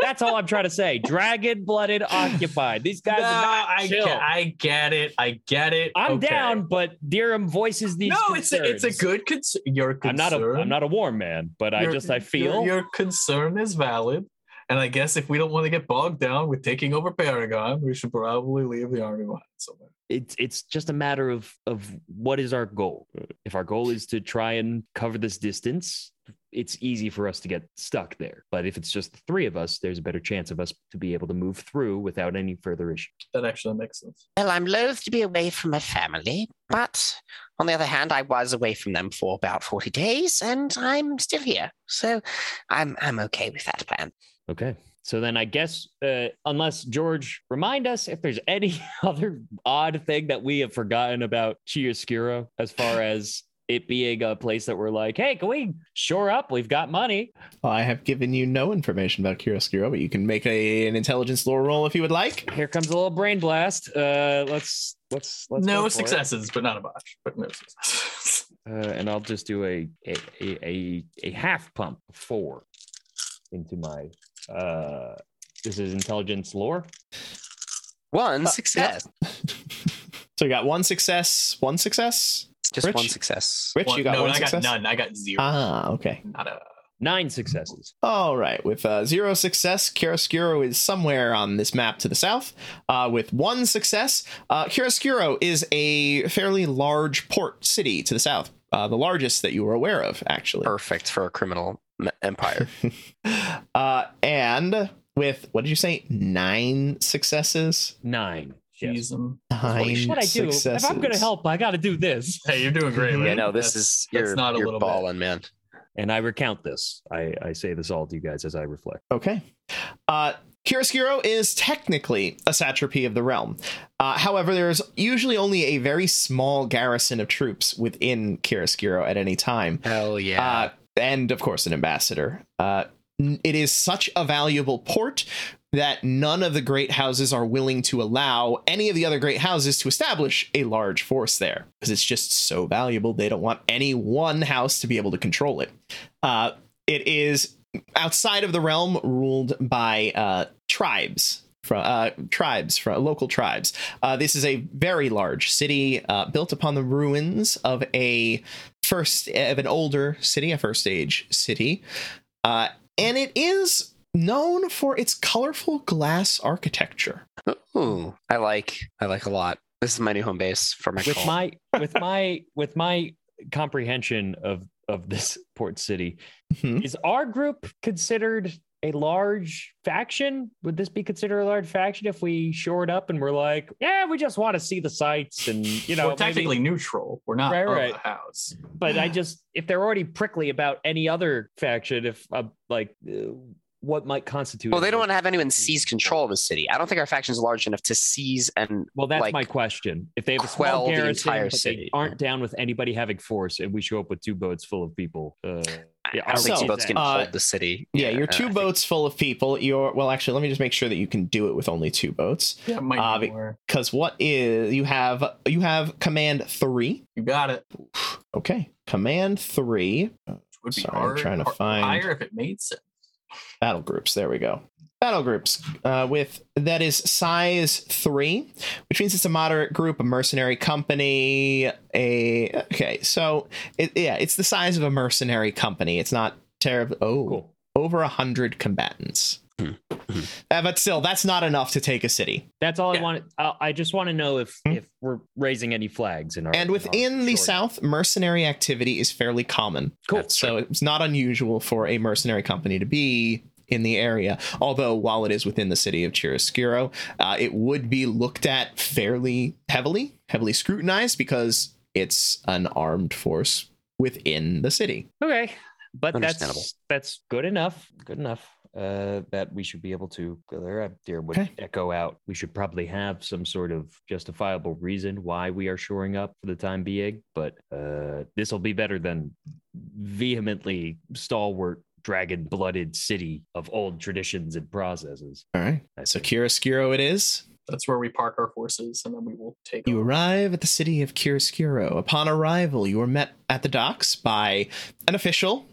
B: That's all I'm trying to say. Dragon blooded occupied. These guys
D: No,
B: are not
D: I
B: chill.
D: get, I get it. I get it.
B: I'm
D: Okay.
B: down, but Dirham voices these.
D: No, it's a, it's a
B: concerns.
D: good concern. Your
B: I'm
D: concern.
B: not a I'm not a warm man, but I
D: Your-
B: just I
D: your-
B: feel
D: your, concern is valid. And I guess if we don't want to get bogged down with taking over Paragon, we should probably leave the army behind somewhere.
B: it's it's just a matter of of what is our goal if our goal is to try and cover this distance it's easy for us to get stuck there but if it's just the three of us there's a better chance of us to be able to move through without any further issue
D: That actually makes sense.
C: Well, I'm loath to be away from my family, but on the other hand, I was away from them for about 40 days and I'm still here. So I'm I'm okay with that plan.
B: okay so then i guess uh, unless george remind us if there's any [LAUGHS] other odd thing that we have forgotten about chiaroscuro as far as it being a place that we're like hey can we shore up we've got money
A: Well, I have given you no information about Kiroskiro, but you can make a, an intelligence lore roll if you would like.
B: here comes a little brain blast uh let's let's let's go
D: no
B: for it.
D: successes, but not a botch. But no successes. [LAUGHS]
B: Uh, and I'll just do a a, a a a half pump of four into my uh this is intelligence lore.
C: One success.
A: So you got one success, one success.
C: Just
A: Rich?
C: one success.
A: Rich, you got
D: no,
A: one
D: I
A: success.
D: got none. I got zero.
A: Ah, okay.
D: not a.
B: Nine successes.
A: All right. With uh, zero success, Chiaroscuro is somewhere on this map to the south. Uh, with one success, uh, Chiaroscuro is a fairly large port city to the south, uh, the largest that you were aware of, actually.
C: Perfect for a criminal m-
D: [LAUGHS]
C: empire.
A: [LAUGHS] Uh, and with what did you say? Nine successes.
B: Nine.
D: Jeez, um,
E: Nine
B: what I do? If I'm gonna
E: successes.
B: help, I gotta do this.
D: Hey, you're
A: Mm-hmm.
D: doing great.
C: Yeah,
D: man.
C: no, this
D: That's-
C: is
D: that's
C: you're,
D: not a
C: you're
D: little bit.
C: balling, man.
B: And I recount this. I, I say this all to you guys as I reflect.
A: Okay. Uh, Chiaroscuro is technically a satrapy of the realm. Uh, however, there is usually only a very small garrison of troops within Chiaroscuro at any time.
C: Hell yeah.
A: Uh, and of course, an ambassador. Uh, n- it is such a valuable port that none of the great houses are willing to allow any of the other great houses to establish a large force there because it's just so valuable. They don't want any one house to be able to control it. Uh, it is outside of the realm, ruled by uh, tribes. From uh, tribes, from local tribes. Uh, this is a very large city uh, built upon the ruins of a first of an older city, a first age city, uh, and it is known for its colorful glass architecture.
D: Uh,
C: Ooh, I like I like a lot. This is my new home base for my
B: with
C: call.
B: my with my with my comprehension of of this port city
A: Mhm.
B: is our group considered a large faction would this be considered a large faction if we shored up and we're like yeah we just want to see the sights and you know
D: we're technically
B: maybe-
D: neutral. We're not
B: Right,
D: of
B: right.
D: the house.
B: but i just if they're already prickly about any other faction if i'm like uh, what might constitute
C: well, they
B: a-
C: don't want to have anyone seize control of the city. I don't think our faction's large enough to seize and
B: well that's
C: like,
B: my question if they have a
C: quell
B: small
C: the
B: garrison
C: entire
B: but they
C: city.
B: aren't down with anybody having force and we show up with two boats full of people uh,
C: I-
B: Yeah,
C: I don't think
A: so,
C: two boats can
A: uh,
C: hold the city.
A: Yeah, your
C: uh, I
A: two
C: think-
A: boats full of people. Your well, actually, let me just make sure that you can do it with only two boats.
D: That might
A: Uh,
D: be
A: be-
D: more.
A: Because what is you have you have command three.
D: You got it.
A: Okay, command three Oh,
D: Which would be
A: Sorry, I'm
D: hard,
A: trying to
D: hard-
A: find-
D: higher if it made sense.
A: battle groups. There we go. Battle groups uh, with that is size three, which means it's a moderate group, a mercenary company. A okay, so it, yeah, it's the size of a mercenary company. It's not terrible. Oh,
B: cool
A: over a hundred combatants.
C: Hmm. Hmm.
A: Uh, but still, that's not enough to take a city.
B: That's all
D: Yeah.
B: I wanted. I, I just want to know if
A: Hmm?
B: if we're raising any flags in our
A: And
B: in our
A: within the
B: story.
A: south, mercenary activity is fairly common.
B: Cool.
A: That's- So it's not unusual for a mercenary company to be in the area. Although, while it is within the city of Chiaroscuro, uh, it would be looked at fairly heavily, heavily scrutinized because it's an armed force within the city.
B: Okay, but
C: Understandable.
B: that's that's good enough. Good enough. Uh, that we should be able to go there. I dear would
A: Okay.
B: echo out. We should probably have some sort of justifiable reason why we are shoring up for the time being. But uh, this will be better than vehemently stalwart, dragon-blooded city of old traditions and processes.
A: All right.
B: I
A: So
B: think.
A: Chiaroscuro it is.
D: That's where we park our forces, and then we will take.
A: You
D: over.
A: arrive at the city of Chiaroscuro. Upon arrival, you are met at the docks by an official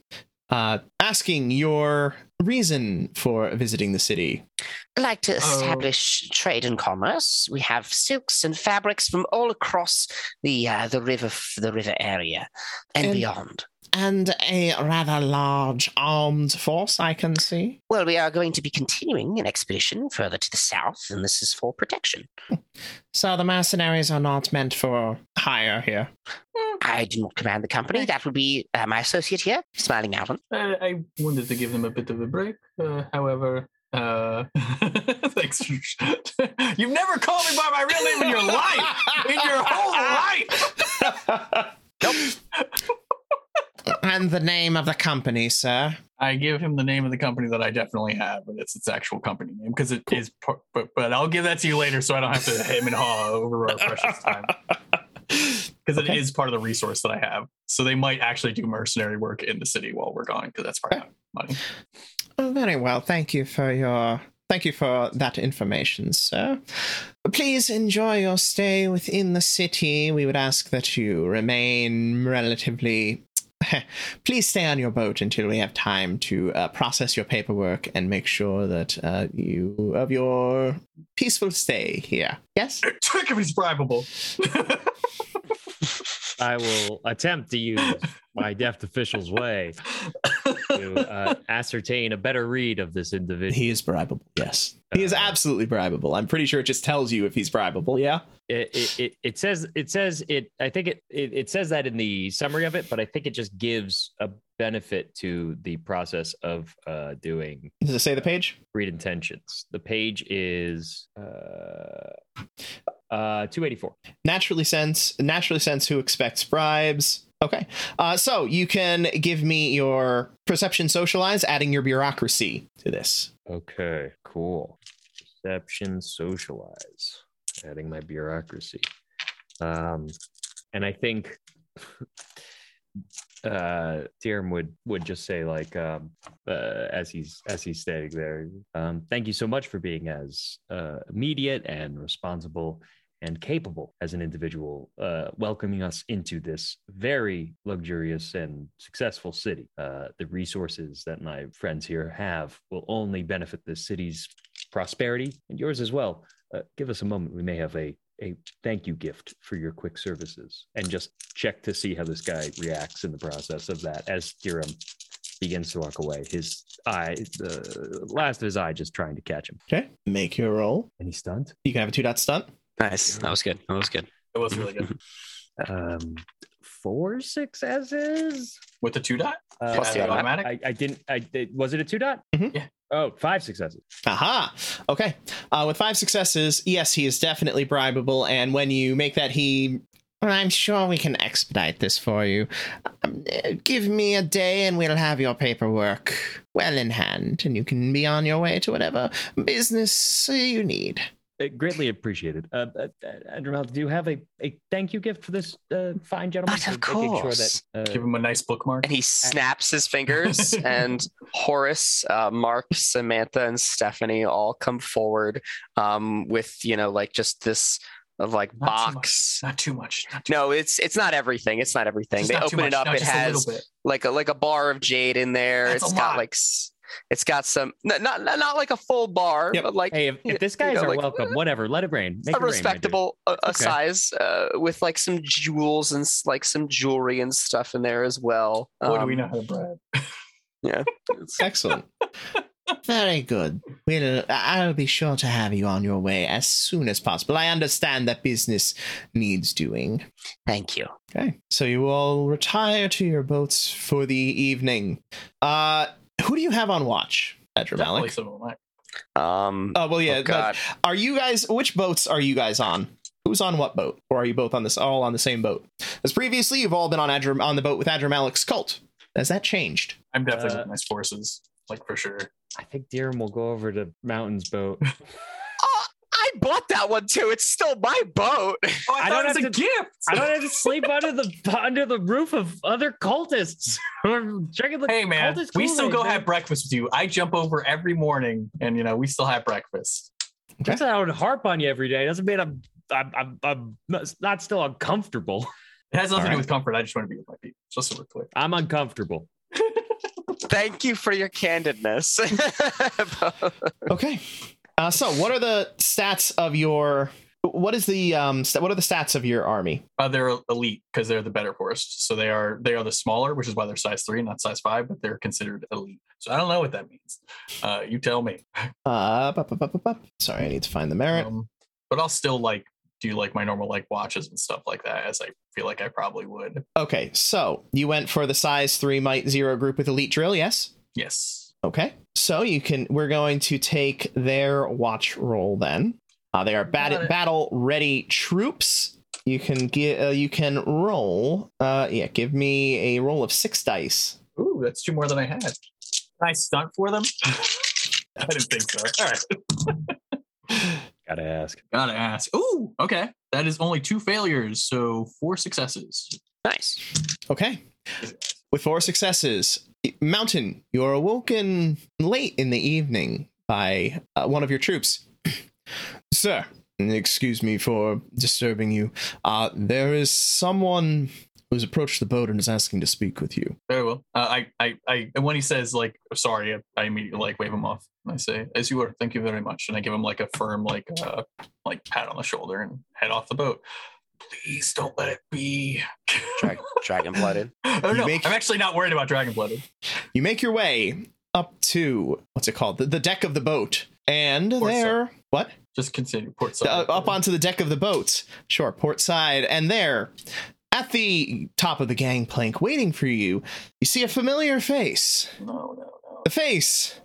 A: uh, asking your reason for visiting the city.
C: I'd like to
D: Oh.
C: establish trade and commerce. We have silks and fabrics from all across the uh, the river f- the river area and,
A: And-
C: beyond.
A: And a rather large armed force, I can see.
C: Well, we are going to be continuing an expedition further to the south, and this is for protection.
A: So the mercenaries are not meant for hire here.
C: I do not command the company. That would be uh, my associate here, Smiling Alvin.
D: I, I wanted to give them a bit of a break. Uh, however, uh, [LAUGHS] thanks. [LAUGHS] You've never called me by my real name in your life, in your
A: [LAUGHS]
D: whole life.
A: and the name of the company, sir.
D: I give him the name of the company that I definitely have, and it's its actual company name because it is. par But, but I'll give that to you later, so I don't have to him and haw over our precious time because
A: Okay.
D: it is part of the resource that I have. So they might actually do mercenary work in the city while we're gone because that's part of my money. [LAUGHS]
A: Oh, very well. Thank you for your thank you for that information, sir. Please enjoy your stay within the city. We would ask that you remain relatively. [LAUGHS] Please stay on your boat until we have time to uh, process your paperwork and make sure that uh, you of your peaceful stay here. Yes.
D: He's bribable.
B: I will attempt
A: [LAUGHS]
B: to use my deft official's way to uh, ascertain a better read of this individual.
A: He is bribable. Yes. He is
B: Uh,
A: absolutely bribable. I'm pretty sure it just tells you if he's bribable. Yeah.
B: It, it, it, it says it says it. I think it, it it says that in the summary of it, but I think it just gives a benefit to the process of uh, doing
A: Does it say the page?
B: read intentions. The page is uh, Uh, 284.
A: naturally sense naturally sense who expects bribes okay uh, so you can give me your perception socialize adding your bureaucracy to this
B: Okay, cool. Perception, socialize, adding my bureaucracy. Um, and I think [LAUGHS] uh Tiram would would just say like um uh, as he's as he's standing there um thank you so much for being as uh immediate and responsible and capable as an individual uh welcoming us into this very luxurious and successful city uh the resources that my friends here have will only benefit this city's prosperity and yours as well uh, give us a moment we may have a a thank you gift for your quick services and just check to see how this guy reacts in the process of that as Dirham begins to walk away. His eye, the last of his eye, just trying to catch him.
A: okay make your roll
B: And he's stunned.
A: you can have a two dot stunt
C: Nice. That was good. That was good.
D: It was really good.
B: Um, four successes.
D: With the two dot?
B: Uh,
C: Plus the
B: I-
D: automatic?
B: I, I didn't. I did, was it a two dot?
C: Mm-hmm.
A: Mhm.
D: Yeah.
B: Oh, five successes.
A: Aha. Okay. Uh, with five successes, yes, he is definitely bribable. And when you make that, he. Well, I'm sure we can expedite this for you. Um, uh, give me a day and we'll have your paperwork well in hand and you can be on your way to whatever business you need.
B: Uh, greatly appreciated. Uh, uh, Andromel, do you have a, a thank you gift for this uh, fine gentleman?
C: But of
B: For making
C: course.
B: Sure that, uh,
D: Give him a nice bookmark.
C: And he snaps his
D: [LAUGHS]
C: fingers, and Horace, uh, Mark, Samantha, and Stephanie all come forward um, with you know like just this uh, like
D: Not too much.
C: box.
D: Not too much. Not too
C: No, it's it's not everything. It's not everything.
D: Just
C: they
D: not too
C: open it
D: much,
C: up.
D: not
C: It
D: just a
C: has
D: little bit.
C: like a like a bar of jade in there.
D: That's a
C: it's got
D: lot.
C: like s- it's got some not not not like a full bar,
A: Yep.
C: but like
B: Hey, if, if this
C: You
B: guy's
C: know,
B: are
C: like-
B: welcome, whatever. Let it rain. Make
C: a
B: it rain, my dude.
C: respectable uh uh,
B: okay.
C: size uh, with like some jewels and s- like some jewelry and stuff in there as well.
D: Boy, do
C: Um,
D: we know how to brag.
C: Yeah. It's-
A: Excellent. [LAUGHS] Very good. We'll, I'll be sure to have you on your way as soon as possible. I understand that business needs doing.
C: Thank you.
A: Okay. So you all retire to your boats for the evening. Uh who do you have on watch? Edra
D: Definitely
A: Malik.
D: some of my-
C: Um,
A: Oh well yeah,
C: oh,
A: but
C: God.
A: are you guys which boats are you guys on? Who's on what boat? Or are you both on this all on the same boat? As previously you've all been on Adra, on the boat with Adra Malik's cult. Has that changed?
D: I'm definitely
B: Uh,
D: with my forces, like for sure.
B: I think Deerum will go over to Mountain's boat.
C: [LAUGHS] Oh, I bought that one too. It's still my boat. [LAUGHS]
D: Oh, I,
B: I
D: thought
B: don't
D: it was a
B: have
D: gift.
B: I don't have to sleep under the [LAUGHS] under the roof of other cultists [LAUGHS] who are drinking the
D: hey man,
B: cultist
D: we still
B: Kool-Aid,
D: go
B: man.
D: have breakfast with you. I jump over every morning, and you know we still have breakfast.
B: That's how I would harp on you every day. doesn't mean I'm I'm I'm, I'm not- not still uncomfortable. [LAUGHS]
D: It has nothing to
A: Alright.
D: do with comfort. I just want to be with my people, just super quick.
B: I'm uncomfortable.
C: Thank you for your candidness. [LAUGHS]
A: Okay. Uh so what are the stats of your what is the um st- what are the stats of your army?
D: Uh, they're elite because they're the better horse. So they are they are the smaller, which is why they're size three, not size five, but they're considered elite. So I don't know what that means. Uh, you tell me.
A: Uh bup, bup, bup, bup, bup. sorry, I need to find the merit.
D: Um, but I'll still like do like my normal like watches and stuff like that, as I feel like I probably would.
A: Okay, so you went for the size three might zero group with elite drill, yes?
D: Yes.
A: Okay, so you can. We're going to take their watch roll then. Uh, they are
D: Got
A: bat-
D: it.
A: battle ready troops. You can get. Uh, you can roll. Uh, yeah, give me a roll of six dice.
D: Ooh, that's two more than I had. Can I stunt for them? [LAUGHS] I didn't think so. All right.
B: Gotta ask.
D: Gotta ask. Ooh, okay. That is only two failures, so four successes.
C: nice.
A: Okay, with four successes, Mountain, you are awoken late in the evening by uh, one of your troops. [CLEARS THROAT] Sir, excuse me for disturbing you. Uh, there is someone who's approached the boat and is asking to speak with you.
D: Very well. Uh, I, I, I, and when he says like sorry, I, I immediately like wave him off. And I say, "As you were, thank you very much," and I give him like a firm like uh like pat on the shoulder and head off the boat. Please don't let it be. [LAUGHS]
C: Drag- dragon blooded.
D: oh,
A: You
D: no,
A: make-
D: I'm actually not worried about dragon blooded.
A: You make your way up to what's it called? The, the deck of the boat. And
D: Port side.
A: there, what?
D: Just continue. Port side.
A: Uh, up onto the deck of the boat. Sure, port side. And there, at the top of the gangplank, waiting for you, you see a familiar face.
D: No, no, no.
A: the face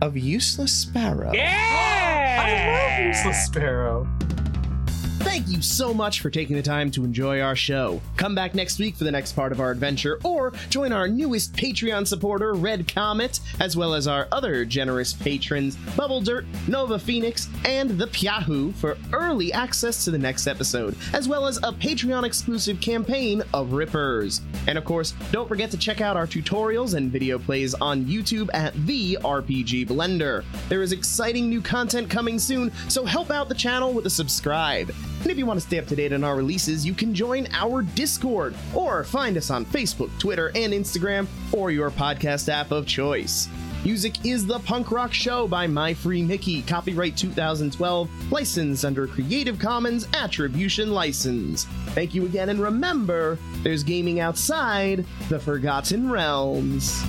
A: of useless sparrow
B: Yeah.
D: I love useless sparrow.
A: Thank you so much for taking the time to enjoy our show. Come back next week for the next part of our adventure, or join our newest Patreon supporter, Red Comet, as well as our other generous patrons, Bubble Dirt, Nova Phoenix, and The Piahu, for early access to the next episode, as well as a Patreon exclusive campaign of Rippers. And of course, don't forget to check out our tutorials and video plays on YouTube at The RPG Blender. There is exciting new content coming soon, so help out the channel with a subscribe. And if you want to stay up to date on our releases, you can join our Discord or find us on Facebook, Twitter, and Instagram, or your podcast app of choice. Music is The Punk Rock Show by My Free Mickey, copyright 2012, licensed under a Creative Commons Attribution License. Thank you again, and remember, there's gaming outside the Forgotten Realms.